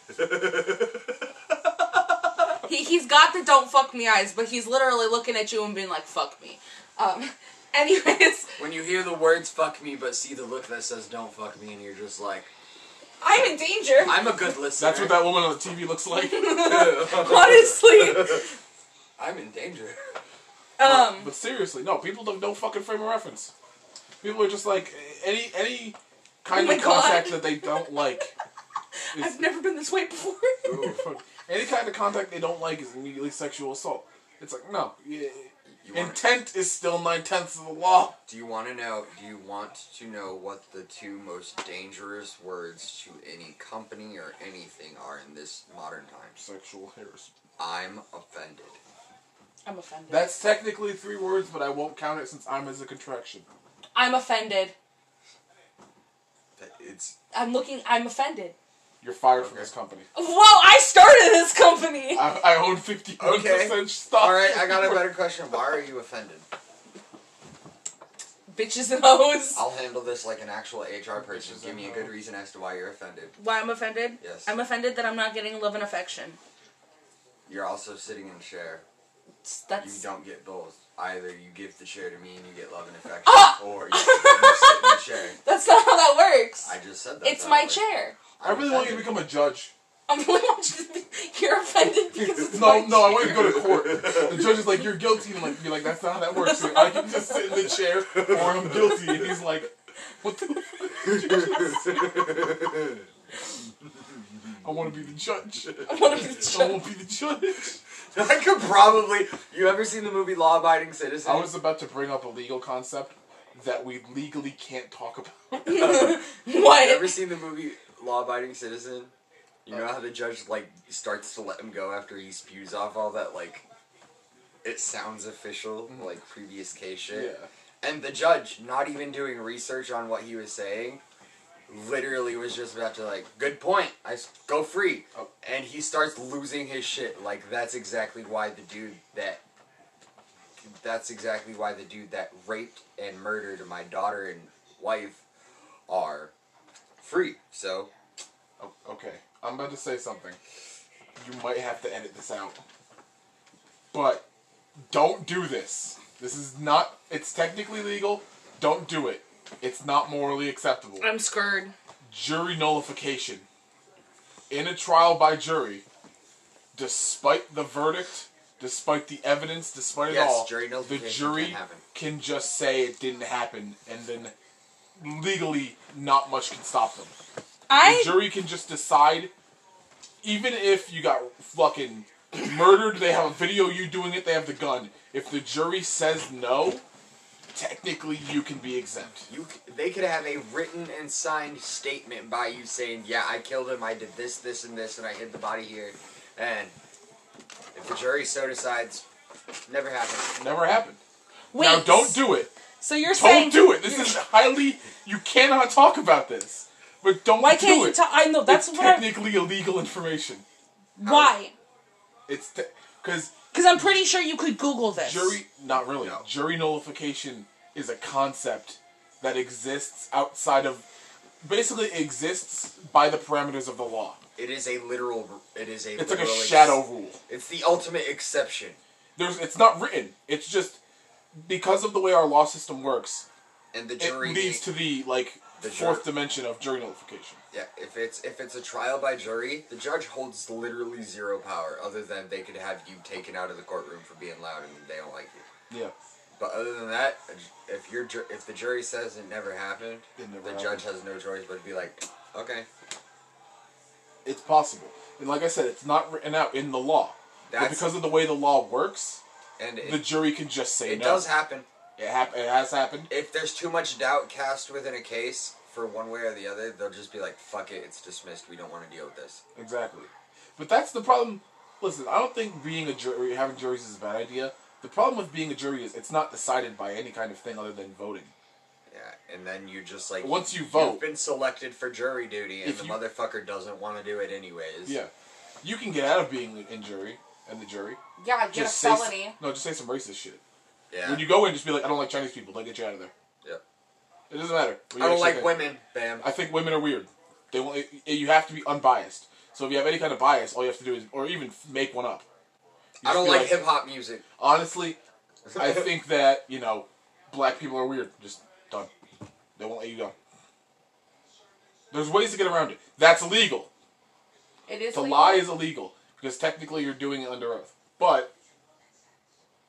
he he's got the don't fuck me eyes, but he's literally looking at you and being like, "Fuck me." Um. Anyways,
When you hear the words fuck me, but see the look that says don't fuck me, and you're just like,
I'm in danger.
I'm a good listener.
That's what that woman on the TV looks like.
Honestly.
I'm in danger.
Um.
But seriously, no, people don't no fucking frame of reference. People are just like any any kind
Oh my
of contact
God.
that they don't like. is-
I've never been this way before.
any kind of contact they don't like is immediately sexual assault. It's like no, yeah,
You want
intent is still nine tenths of the law.
Do you want to know? Do you want to know what the two most dangerous words to any company or anything are in this modern times?
Sexual harassment.
I'm offended.
I'm offended.
That's technically three words, but I won't count it since I'm as a contraction.
I'm offended.
That- It's
I'm looking. I'm offended.
You're fired from
Okay.
this company.
Whoa! I started this company.
I, I own 51%
Okay.
stock.
all right. I got a better question. Why are you offended?
Bitches and hoes.
I'll handle this like an actual HR person. Give me a good reason as to why you're offended.
Why I'm offended?
Yes.
I'm offended that I'm not getting love and affection.
You're also sitting in chair.
It's-
You
That's
don't get both. Either you give the chair to me and you get love and affection,
Ah!
or you, you sit in the chair.
that's not how that works.
I just said that.
it's
that
my
way.
chair.
I really want you to become a judge.
I'm really want you to be- You're offended because it's
No,
my
no, I
chair.
want you to go to court. The judge is like, you're guilty. And I'm like, be like, that's not how that works. I can just sit in the chair or I'm guilty. And he's like, what the fuck did you just say? I want to be the judge.
I want to be the
I
judge.
won't be the judge.
I could probably. You ever seen the movie Law Abiding Citizen?
I was about to bring up a legal concept that we legally can't talk about.
You ever
What?
seen the movie Law Abiding Citizen? You know how the judge like starts to let him go after he spews off all that like it sounds official like previous case shit. And the judge, not even doing research on what he was saying, literally was just about to like, good point. I s- go free,
Oh.
and he starts losing his shit. Like that's exactly why the dude that. That's exactly why the dude that raped and murdered my daughter and wife are free. So
O- Okay, I'm about to say something. You might have to edit this out. But don't do this. This is not. It's technically legal. Don't do it. It's not morally acceptable.
I'm scared.
Jury nullification. In a trial by jury, despite the verdict, despite the evidence, despite it
Yes,
all,
jury
the
nullification
jury
can happen.
can just say it didn't happen, and then legally, not much can stop them
I
the jury can just decide. Even if you got fucking murdered, they have a video of you doing it. They have the gun. If the jury says no, technically you can be exempt.
you, c- they could have a written and signed statement by you saying, "Yeah, I killed him. I did this, this, and this, and I hid the body here." And if the jury so decides, never happened.
Never happened.
wait.
Now don't do it.
So you're saying
Don't do it. This is highly. You cannot talk about this. But don't
Why
do
can't
it.
you talk? I know that's
it's
what. I-
technically illegal information.
Why?
It's because
Because I'm pretty sure you could Google this.
Jury, not really.
No.
Jury nullification is a concept that exists outside of, basically exists by the parameters of the law.
It is a literal. r- It is a.
It's like a
literal ex-
shadow rule.
It's the ultimate exception.
There's, it's not written. It's just because of the way our law system works.
And the
It
jury
leads to the like
The jur-
Fourth dimension of jury nullification.
yeah, if it's if it's a trial by jury, the judge holds literally zero power, other than they could have you taken out of the courtroom for being loud and they don't like you.
Yeah.
But other than that, a ju- if your ju- if the jury says it never happened,
It never
the
happened.
judge has no choice but to be like, okay,
It's possible. And like I said, it's not written out in the law. but
That's-
because of the way the law works,
and
the
it,
jury can just say
it
no.
does happen.
it, hap- it has happened.
If there's too much doubt cast within a case for one way or the other, they'll just be like, fuck it, it's dismissed. We don't want to deal with this.
Exactly. But that's the problem. Listen, I don't think being a jury, having juries is a bad idea. The problem with being a jury is it's not decided by any kind of thing other than voting.
Yeah, and then you just like
Once you vote-
you've been selected for jury duty, and
If
the
you-
motherfucker doesn't want to do it anyways.
Yeah. You can get out of being in jury and the jury.
Yeah, get
Just
a
say s-
felony.
no, just say some racist shit.
yeah.
When you go in, just be like, I don't like Chinese people. They get you out of there.
Yep.
It doesn't matter. When
I
you
don't
actually
like
go-
women. Bam.
I think women are weird. They won't. y- You have to be unbiased. So if you have any kind of bias, all you have to do is, or even f- make one up. You
I
just
don't
be
like hip hop music.
Honestly, I think that you know, black people are weird. Just done. They won't let you go. There's ways to get around it. That's illegal.
It is
To
legal.
lie is illegal because technically you're doing it under oath. But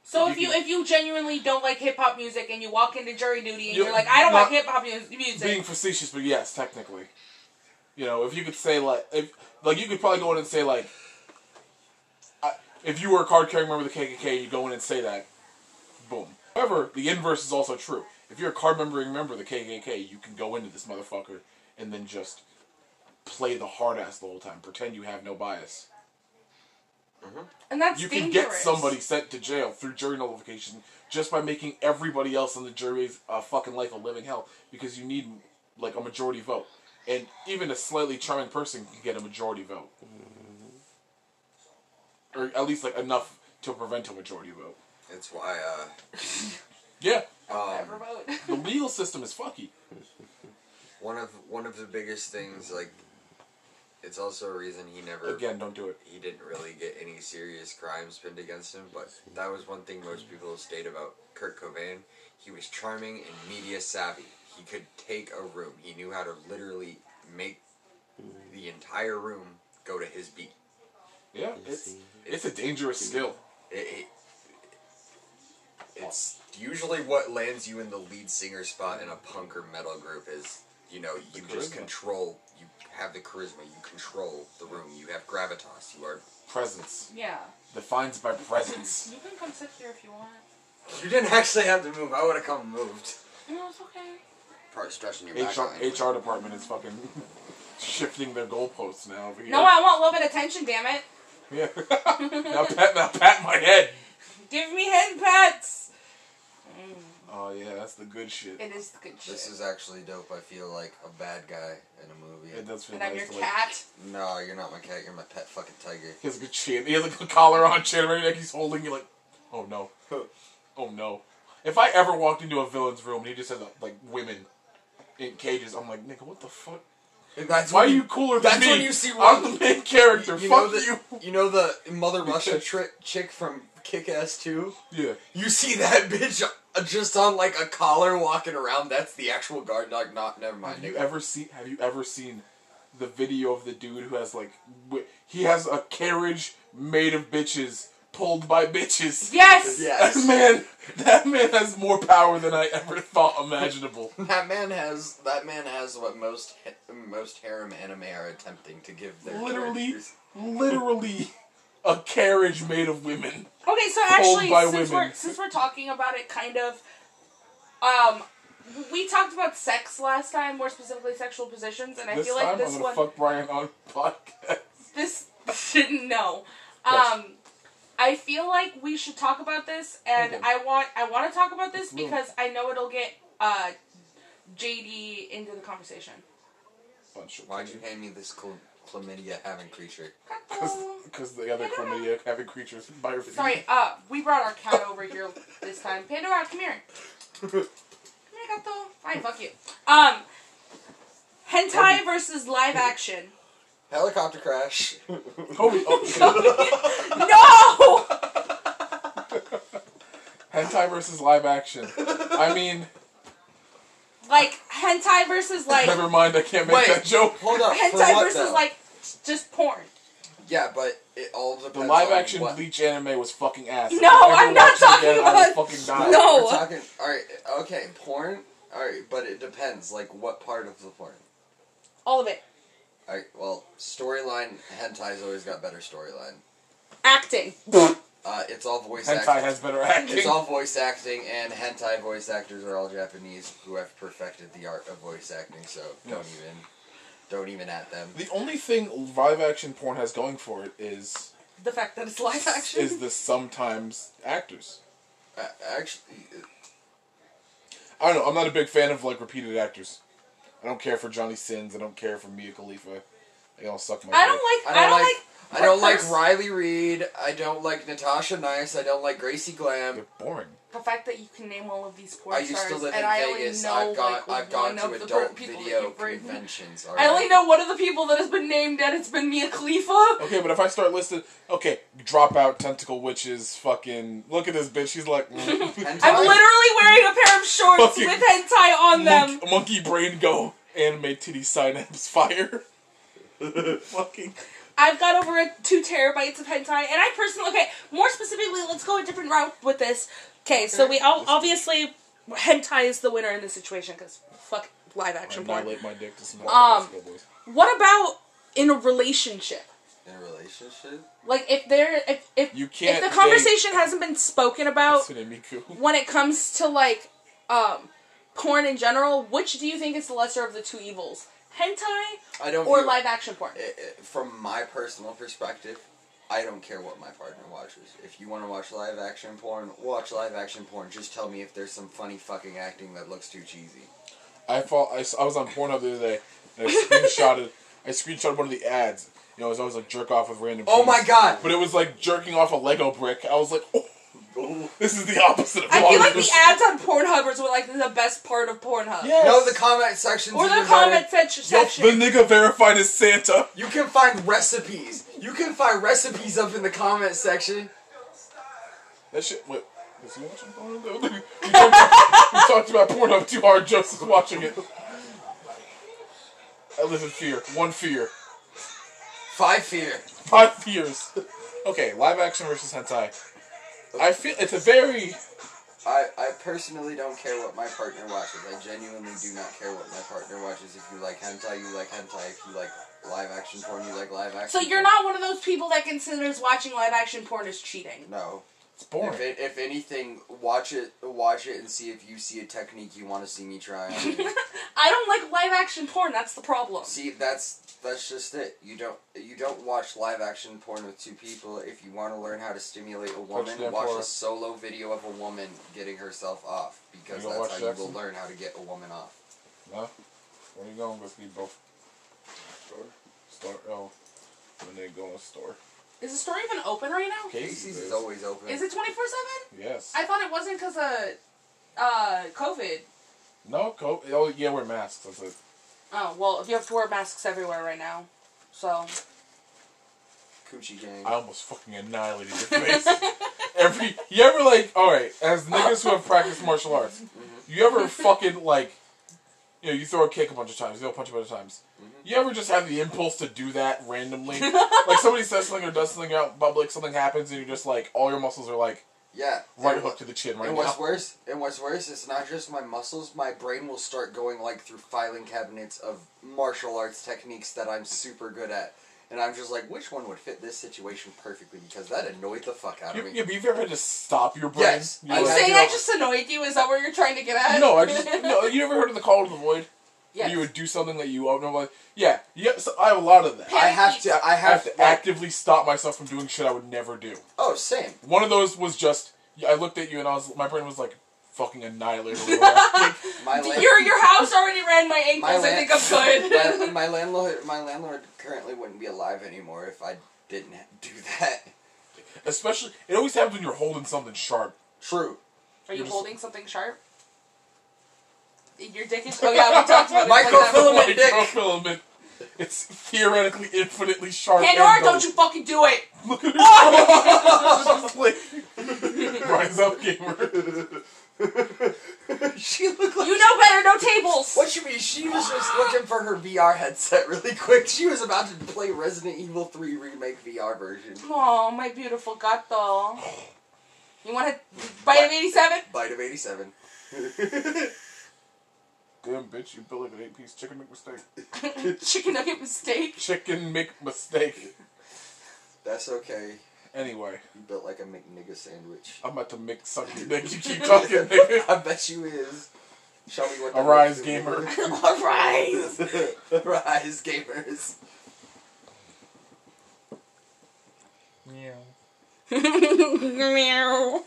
So
You
if you
can-
if you genuinely don't like hip hop music and you walk into jury duty and
You-
you're like, I don't
not-
like hip hop mu- music.
being facetious, but yes, technically, you know, if you could say like, if like you could probably go in and say like, I, if you were a card carrying member of the KKK, you go in and say that, boom. However, the inverse is also true. If you're a card membering member of the KKK, you can go into this motherfucker and then just play the hard ass the whole time, pretend you have no bias.
and that's
You can
dangerous.
get somebody sent to jail through jury nullification just by making everybody else on the jury's uh, fucking life a living hell because you need like a majority vote, and even a slightly charming person can get a majority vote,
Mm-hmm.
or at least like enough to prevent a majority vote.
That's why. Uh, um,
Yeah,
Ever vote.
the legal system is fucky.
one of one of the biggest things like it's also a reason he never
Again, don't do it.
he didn't really get any serious crimes pinned against him but that was one thing most people have stated about kurt cobain he was charming and media savvy he could take a room he knew how to literally make the entire room go to his beat
Yeah, it's it's a dangerous skill.
it, it, it's usually what lands you in the lead singer spot in a punk or metal group is you know you just
charisma.
control you have the charisma you control the room you have gravitas you are
Presence
yeah.
defines by presence.
You can come sit here if you want.
you didn't actually have to move i would have come moved
No, it's okay.
probably stretching your back
HR,
line.
HR department is fucking shifting their goalposts now over here.
No, I want love and attention, damn it.
Yeah. now pat, now pat my head.
Give me head pats.
Oh yeah, that's the good shit.
It is the good shit.
this is actually dope i feel like a bad guy in a movie
It does feel
and I'm
nice
your
to, like-
cat.
no you're not my cat you're my pet fucking tiger
He has a good chin. He has like a collar on, chin right like he's holding you. Like, oh no, oh no. If I ever walked into a villain's room and he just has like women in cages, I'm like, nigga, what the fuck?
that's
Why are you cooler than
that's
me?
when you see
I'm
Ro-
the main character.
you know
fuck
the,
you.
you know the mother russia
Because-
tri- chick from kick-ass 2
Yeah.
You see that bitch just on like a collar walking around. That's the actual guard dog. Not never mind.
Have you
nigga.
ever seen? Have you ever seen the video of the dude who has like wi- he has a carriage made of bitches pulled by bitches?
Yes.
Yes.
That man, that man has more power than I ever thought imaginable.
that man has that man has what most ha- most harem anime are attempting to give their
literally,
characters.
literally, a carriage made of women.
Okay, so actually,
by
since we're
women.
since we're talking about it, kind of, um, we talked about sex last time, more specifically sexual positions, and I
this
feel
time
like this
I'm
one,
gonna fuck Brian on podcast.
this didn't know.
Yes.
Um, I feel like we should talk about this, and
Okay. Mm.
I want I want to talk about this
Move.
because I know it'll get uh, JD into the conversation.
Bunch of
Why'd you hand me this chlam- chlamydia having creature?
Because the other chlamydia having creatures by her feet.
Sorry, uh, we brought our cat over here this time. Pandora, come here. Come here, gato. Fine, fuck you. Um, hentai versus live action.
Helicopter crash.
Kobe, oh,
No!
hentai versus live action. I mean,
Like hentai versus like
Never mind, I can't make
Wait.
that joke.
Hold up. for
hentai
what,
versus
though?
like just porn.
Yeah, but it all depends.
The live
on
action
what-
Bleach anime was fucking ass. If
No,
I ever
I'm not
watch it
talking
again, I
about-
will fucking die.
No.
We're talking. All right. Okay. Porn. All right, but it depends. Like what part of the porn?
All of it.
All right. Well, storyline. Hentai's always got better storyline.
Acting.
Uh, it's all voice
Hentai
acting.
has better acting.
It's all voice acting, and hentai voice actors are all Japanese who have perfected the art of voice acting. So don't even, don't even at them.
The only thing live action porn has going for it is
The fact that it's live action.
is the sometimes actors.
Uh, actually,
I don't know. I'm not a big fan of like repeated actors. I don't care for Johnny Sins. I don't care for Mia Khalifa. They all suck my.
I
dick.
don't like.
I don't like. I don't like
pers-
Riley Reed. I don't like Natasha Nice. I don't like Gracie Glam.
They're boring.
the fact that you can name all of these porn
I used
stars,
to live
and
in
I
Vegas.
only know
I've gone.
like
I've gone
one
to
of the
adult
people that
video
you've written.
conventions.
I only
alright?
know one of the people that has been named, and it's been Mia Khalifa.
Okay, but if I start listing, okay, dropout, tentacle witches, fucking. Look at this bitch. She's like mm.
Hentai?
I'm literally wearing a pair of shorts
Fucking
with hentai on them.
monkey, monkey brain go anime titty synapse fire. fucking.
I've got over a, two terabytes of hentai, and I personally okay. More specifically, let's go a different route with this. Okay, so we all, obviously hentai is the winner in this situation because fuck live action porn.
Annihilate my dick to some.
Um,
boys.
What about in a relationship?
in a relationship.
Like if there, if if,
You can't
if
date-
the conversation hasn't been spoken about
Hatsune Miku.
when it comes to like um porn in general, which do you think is the lesser of the two evils, hentai
I don't.
or
view-
live action porn?
i- i- from my personal perspective, I don't care what my partner watches. If you want to watch live action porn, watch live action porn. Just tell me if there's some funny fucking acting that looks too cheesy.
I fall. I, s- I was on Pornhub the other day. And I screenshotted. I screenshotted one of the ads. You know, it was always like jerk off with random.
Oh
penis.
my god!
But it was like jerking off a Lego brick. I was like, oh,
No,
this is the opposite of.
I feel like the
porn.
ads on Pornhubbers were like the best part of Pornhub.
Yes.
the comment section.
Or the comment section.
Yup,
section.
the nigga verified as Santa.
You can find recipes. You can find recipes up in the comment section.
That shit. Wait. Is he watching Pornhub? we, talked, we talked about Pornhub too hard. Jokes is watching it. I live in fear. One fear.
Five fear.
Five fears. Okay, live action versus hentai. I feel it's a very
I, I personally don't care what my partner watches. I genuinely do not care what my partner watches. If you like hentai, you like hentai. If you like live action porn, you like live action.
so
porn.
you're not one of those people that considers watching live action porn as cheating.
No.
it's boring.
If, it, if anything, watch it, watch it, and see if you see a technique you want to see me try. on.
I don't like live action porn. That's the problem.
see, that's that's just it. You don't you don't watch live action porn with two people. If you want to learn how to stimulate a woman,
Touchdown
watch
Cora.
a solo video of a woman getting herself off because
You
that's
gonna watch
how you will
Jackson?
learn how to get a woman off.
Huh? Where you going with me, bro? Store? Store? Oh. When they go in store.
Is the store even open right now?
Casey's is always open.
Is it 24 7?
Yes.
I thought it wasn't because of uh, COVID.
no, co- Oh, yeah, wear masks. That's it.
Oh, well, if you have to wear masks everywhere right now. So.
Coochie gang.
I almost fucking annihilated your face. Every. You ever, like, alright, as niggas who have practiced martial arts,
Mm-hmm.
you ever fucking, like, you know, you throw a kick a bunch of times, you throw a punch a bunch of times.
Mm-hmm.
You ever just have the impulse to do that randomly? like, somebody says something or does something out in public, something happens, and you're just like, all your muscles are like,
yeah.
right
and
hook to the chin right
And
now.
what's worse, and what's worse, it's not just my muscles. My brain will start going like through filing cabinets of martial arts techniques that I'm super good at, and I'm just like, which one would fit this situation perfectly? Because that annoyed the fuck out of
You,
me.
yeah, but you've ever had to stop your brain?
Yes,
You're
I
You
Yeah,
like-
saying
yeah.
I just annoyed you? Is that what you're trying to get at?
no, I just no. You ever heard of the call to the void?
Yes.
You would do something that you normally. Yeah, yeah. So I have a lot of that.
Yeah,
I
I have to. I
have
have
to
to act.
actively stop myself from doing shit I would never do.
Oh, same.
One of those was just I looked at you and I was my brain was like fucking annihilated. or whatever.
My land,
Your your house already ran my ankles.
My
I
land-
think I'm good.
my, my landlord, my landlord currently wouldn't be alive anymore if I didn't ha- do that.
Especially, it always happens when you're holding something sharp.
True.
Are you
You're just-
holding something sharp? Your dick is. Oh yeah, we talked about it.
Microfilament.
Like that.
dick.
Microfilament. It's theoretically infinitely sharp.
Pandora,
and
don't you fucking do it!
Look at her. Rise up, gamer.
she looked like
You know better. No tables.
her VR headset really quick. She was about to play Resident Evil 3 remake VR version.
Oh, my beautiful gato. You want to bite an 87?
Bite of 87.
Damn bitch, you built like an eight piece chicken McMistake.
Chicken nugget mistake.
Chicken McMistake.
That's okay.
Anyway,
You built like a McNigga sandwich.
I'm about to mix something. Nick, you keep talking, nigga.
I bet you is. Show me what the
Arise,
words
gamer.
Arise.
are. Arise, gamers.
Meow.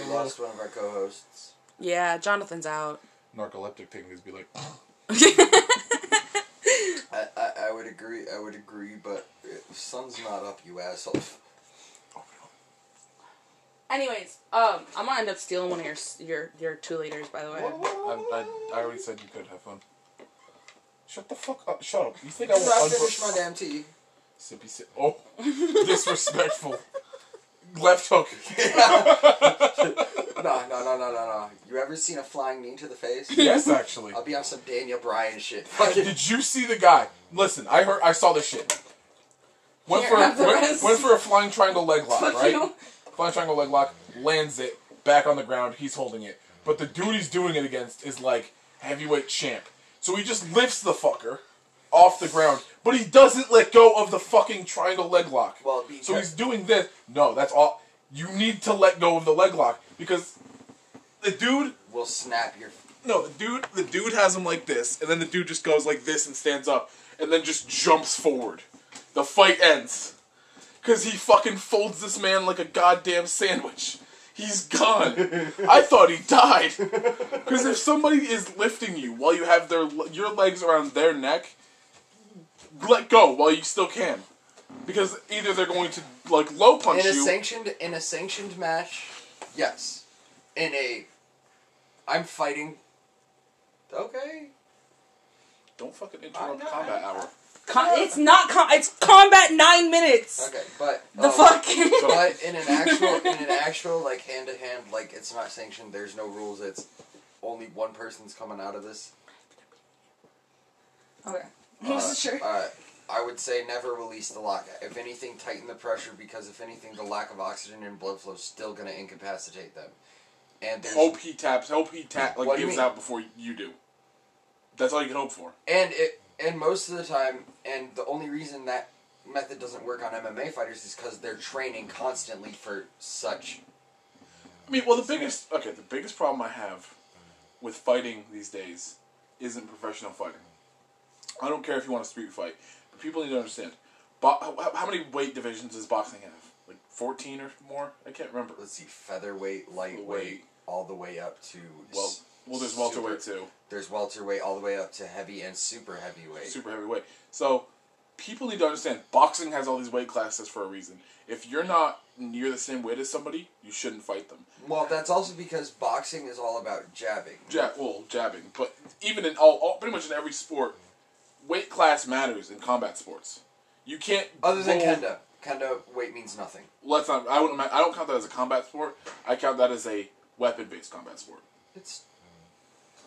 We lost one of our co-hosts.
yeah, Jonathan's out.
Narcoleptic thing is be like,
I, I, I would agree. I would agree, but uh, sun's not up, you asshole.
Anyways, um, I'm gonna end up stealing one of your your your two liters, by the way.
I, I, I already said you could have fun. Shut the fuck up. Shut up. You think I
So I
want
finished my
unbro-
damn tea.
Sippy sip. Oh, disrespectful. Left hook.
No, no, no, no, no, no. You ever seen a flying knee to the face?
yes, actually.
I'll be on some Daniel Bryan shit. Fucking
Did you see the guy? Listen, I heard, I saw this shit. Went
Here,
for a,
have the
went,
rest.
went for a flying triangle leg lock,
Fuck
right?
you.
Flying triangle leg lock lands it back on the ground. He's holding it, but the dude he's doing it against is like heavyweight champ. So he just lifts the fucker off the ground, but he doesn't let go of the fucking triangle leg lock.
Well,
so
because-
he's doing this. No, that's all. You need to let go of the leg lock because the dude
will snap your.
no, the dude, the dude has him like this, and then the dude just goes like this and stands up, and then just jumps forward. The fight ends because he fucking folds this man like a goddamn sandwich. He's gone. I thought he died because if somebody is lifting you while you have their your legs around their neck, let go while you still can, because either they're going to like low
In a
punch you.
sanctioned in a sanctioned match, yes. In a, I'm fighting. Okay.
Don't fucking
I'm
interrupt
not-
combat hour.
Com- it's not com- it's combat nine minutes.
Okay, but
The
um,
fuck.
But in an actual, in an actual like hand to hand, like it's not sanctioned. There's no rules. It's only one person's coming out of this.
okay.
Uh,
Wasn't sure.
uh, I would say never release the lock. If anything, tighten the pressure because if anything, the lack of oxygen and blood flow is still going to incapacitate them. And there's
Hope he taps. Hope he tap like
What do you
gives
mean?
out before you do. That's all you can hope for.
and it and most of the time, and the only reason that method doesn't work on MMA fighters is because they're training constantly for such.
I mean, well, the biggest okay, the biggest problem I have with fighting these days isn't professional fighting. I don't care if you want a street fight, but people need to understand. Bo- how, how many weight divisions does boxing have? Like fourteen or more? I can't remember.
Let's see, featherweight, lightweight,
Weight.
all the way up to
Well,
s-
well, there's
super-
welterweight too.
There's welterweight all the way up to heavy and super heavyweight.
super heavyweight. So people need to understand boxing has all these weight classes for a reason. If you're not near the same weight as somebody, you shouldn't fight them.
Well, that's also because boxing is all about jabbing.
jab, well, jabbing, but even in all, all, pretty much in every sport, weight class matters in combat sports. You can't
Other than
roll-
kendo, kendo weight means nothing.
Let's not. I wouldn't. ma- I don't count that as a combat sport. I count that as a weapon-based combat sport.
It's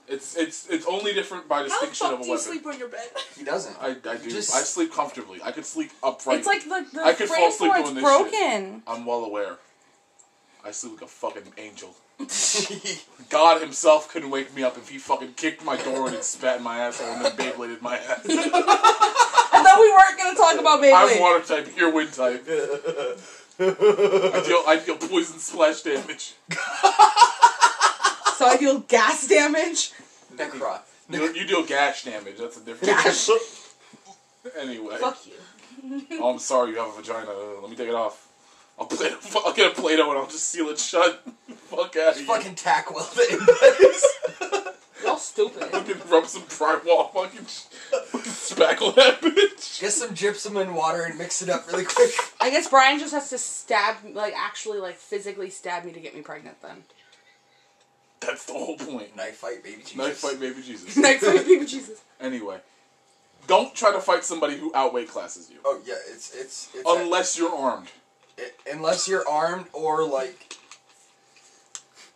It's it's it's only different by
How the
distinction
fuck
of a
do you
weapon.
sleep on your bed?
He doesn't.
I, I do.
Just-
I sleep comfortably. I could sleep upright.
It's like the the
I could fall
frame
asleep
board's
doing this
broken.
I'm well aware. I sleep like a fucking angel. God himself couldn't wake me up if he fucking kicked my door and spat in my asshole and then Beybladed my ass.
I thought we weren't gonna talk about
I'm
Beyblade.
water type, you're wind type. I deal, I deal poison splash damage.
So I deal gas damage.
Necro.
You, you deal gash damage, that's a different
Gash.
Anyway.
Fuck you.
Oh, I'm sorry, you have a vagina. Uh, Let me take it off. I'll, play, I'll get a Play-Doh and I'll just seal it shut. Fuck out of here.
Fucking tack welding.
Y'all stupid.
Fucking rub some drywall, fucking, fucking spackle that bitch.
Get some gypsum and water and mix it up really quick.
I guess Brian just has to stab, like actually, like physically stab me to get me pregnant. Then
That's the whole point.
Knife fight, baby Jesus.
Knife fight, baby Jesus.
next week, people, Jesus.
Anyway, don't try to fight somebody who outweight classes you.
Oh yeah, it's it's, it's
Unless you're armed.
it- unless you're armed or like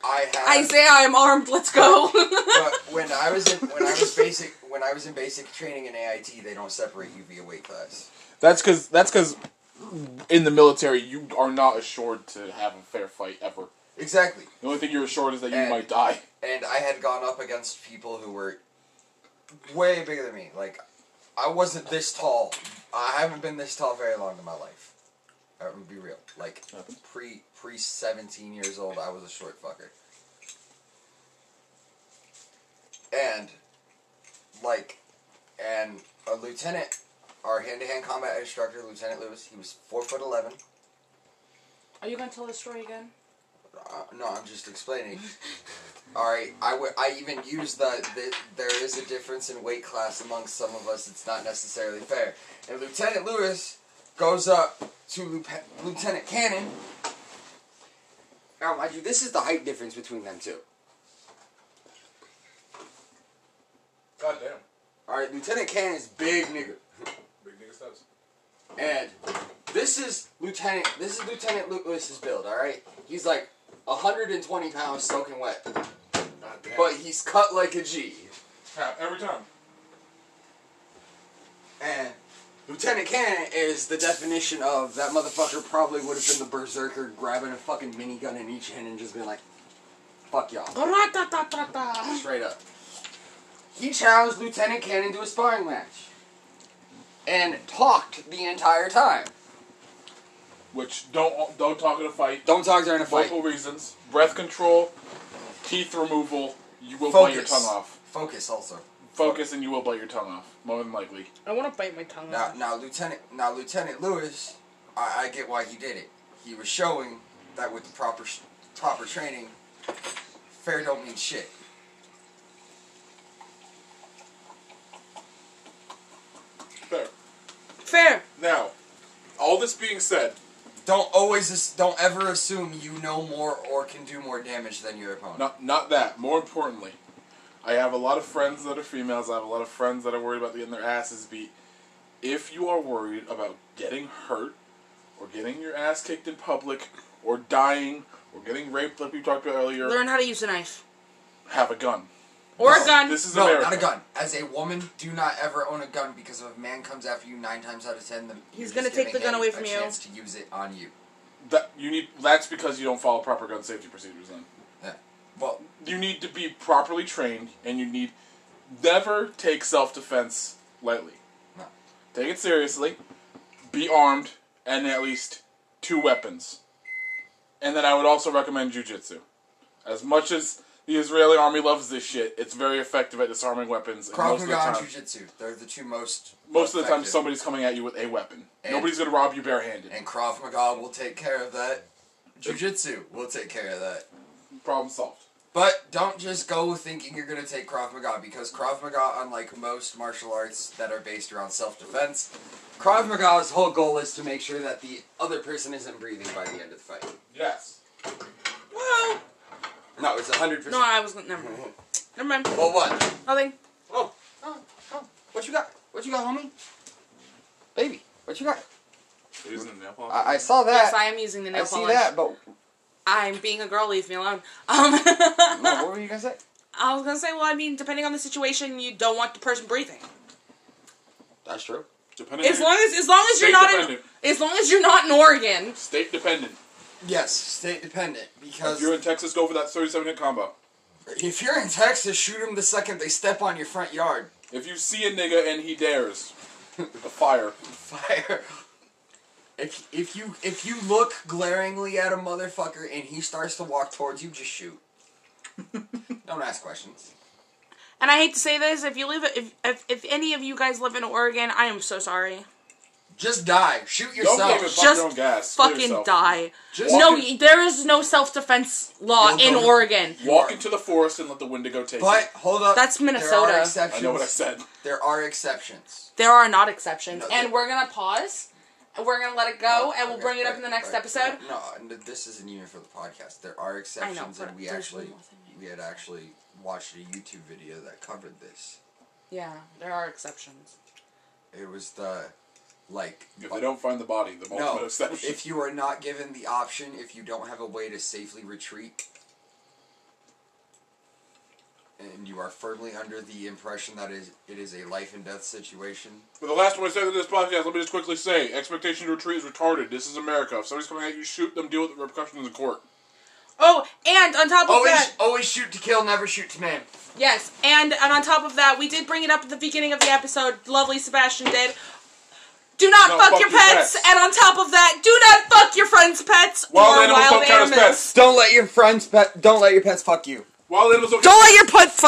I have.
Isaiah, I'm armed. Let's go.
but when I was in when I was basic when I was in basic training in AIT, they don't separate you via weight class.
That's because that's because in the military you are not assured to have a fair fight ever.
Exactly.
The only thing you're assured is that you
And-
might die.
And I had gone up against people who were way bigger than me. Like I wasn't this tall. I haven't been this tall very long in my life. I'm gonna be real. Like pre pre seventeen years old, I was a short fucker. And like and a lieutenant, our hand to hand combat instructor, Lieutenant Lewis, he was four foot eleven.
Are you gonna tell the story again?
Uh, no, I'm just explaining. All right, I, w- I even use the, the there is a difference in weight class amongst some of us. It's not necessarily fair. And Lieutenant Lewis goes up to Lupe- Lieutenant Cannon.
Now, mind you, this is the height difference between them two.
God damn.
All right, Lieutenant Cannon's big nigga,
Big nigga steps.
and this is Lieutenant. This is Lieutenant Lewis's build. All right, he's like 120 pounds soaking wet,
God damn.
but he's cut like a G.
Crap, every time.
And Lieutenant Cannon is the definition of that motherfucker probably would have been the berserker grabbing a fucking minigun in each hand and just being like, fuck y'all. Straight up. He challenged Lieutenant Cannon to a sparring match. And talked the entire time.
Which don't don't talk in a fight.
Don't talk during a fight.
Multiple reasons: breath control, teeth removal. You will bite your
Focus.
tongue off.
Focus also.
Focus, and you will bite your tongue off. More than likely.
I want to bite my tongue
Now,
off.
now, Lieutenant, now, Lieutenant Lewis, I, I get why he did it. He was showing that with the proper, sh- proper training, fair don't mean shit.
Fair.
Fair.
Now, all this being said,
Don't always, as- don't ever assume you know more or can do more damage than your opponent.
Not not that. More importantly, I have a lot of friends that are females. I have a lot of friends that are worried about getting their asses beat. If you are worried about getting hurt, or getting your ass kicked in public, or dying, or getting raped, like we talked about earlier,
Learn how to use a knife
have a gun.
or
No,
a gun.
This is
No,
America.
not a gun. As a woman, do not ever own a gun because if a man comes after you nine times out of ten, then
He's
you're
gonna
just
take
giving
the gun
him
away from
a
you.
Chance to use it on you.
That you need. That's because you don't follow proper gun safety procedures. Then
Yeah. Well,
you need to be properly trained, and you need never take self defense lightly.
no.
Take it seriously. Be armed and at least two weapons. And then I would also recommend jujitsu. As much as the Israeli army loves this shit, it's very effective at disarming weapons. And most of the
Krav and
time,
Jiu-Jitsu, they're the two most.
most of the time,
effective.
somebody's coming at you with a weapon.
And-
Nobody's gonna rob you barehanded.
And Krav Maga will take care of that. Jiu-Jitsu will take care of that.
Problem solved.
But don't just go thinking you're going to take Krav Maga because Krav Maga, unlike most martial arts that are based around self-defense,
Krav Maga's whole goal is to make sure that the other person isn't breathing by the end of the fight.
yes.
Whoa.
No, it's 100%.
No, I was never mind. Never mind.
well, what?
Nothing.
Oh, oh, oh. What you got? What you got, homie? Baby, what you got?
Using a nail polish.
I, I saw
Yes,
that.
I am using the nail
I see
polish.
that, but
I'm being a girl. Leave me alone. Um,
no, what were you gonna say?
I was gonna say, well, I mean, depending on the situation, you don't want the person breathing.
That's true.
Dependent.
As long as, as long as you're
State
not in,
dependent.
as long as you're not in Oregon.
State dependent.
Yes, state dependent because
If you're in Texas, go for that 37 hit combo.
if you're in Texas, shoot them the second they step on your front yard.
If you see a nigga and he dares, the fire.
fire. If if you if you look glaringly at a motherfucker and he starts to walk towards you, just shoot. Don't ask questions.
And I hate to say this, if you live, if if, if any of you guys live in Oregon, I am so sorry.
Just die. Shoot
Don't
yourself.
give it fuck
Just
your own gas. Kill
Fucking
yourself.
die.
Just
No,
walk
y- there is no self defense law
You'll
in
go to-
Oregon.
Walk into the forest and let the Wendigo take
But
you.
hold up.
That's
There
Minnesota.
are
I
exceptions.
know what I said.
There are exceptions.
There are not exceptions,
No,
and
they-
we're gonna pause. and We're gonna let it
Oh,
go, Oh, and we'll
Okay,
bring it up in the
right,
next
right.
episode.
No, no, this isn't even for the podcast. There are exceptions,
but
and we
there's
actually
one more thing.
we had actually watched a YouTube video that covered this.
Yeah, there are exceptions.
It was the like
If they don't find the body, the ultimate
No,
exception.
if you are not given the option, if you don't have a way to safely retreat, and you are firmly under the impression that is it is a life and death situation,
But the last one I said in this podcast, let me just quickly say expectation to retreat is retarded. This is America. If somebody's coming at you, shoot them, deal with the repercussions in court.
Oh, and on top of
Always,
that,
always shoot to kill, never shoot to man.
yes, and and on top of that, we did bring it up at the beginning of the episode. Lovely Sebastian did. Do not
No,
fuck, your pets. and on top of that, do not fuck your friends' pets
Wild
or
animals
wild
don't count as
animals.
pets.
Don't let your friends pet. Don't let your pets fuck you.
Wild animals don't
Don't let your put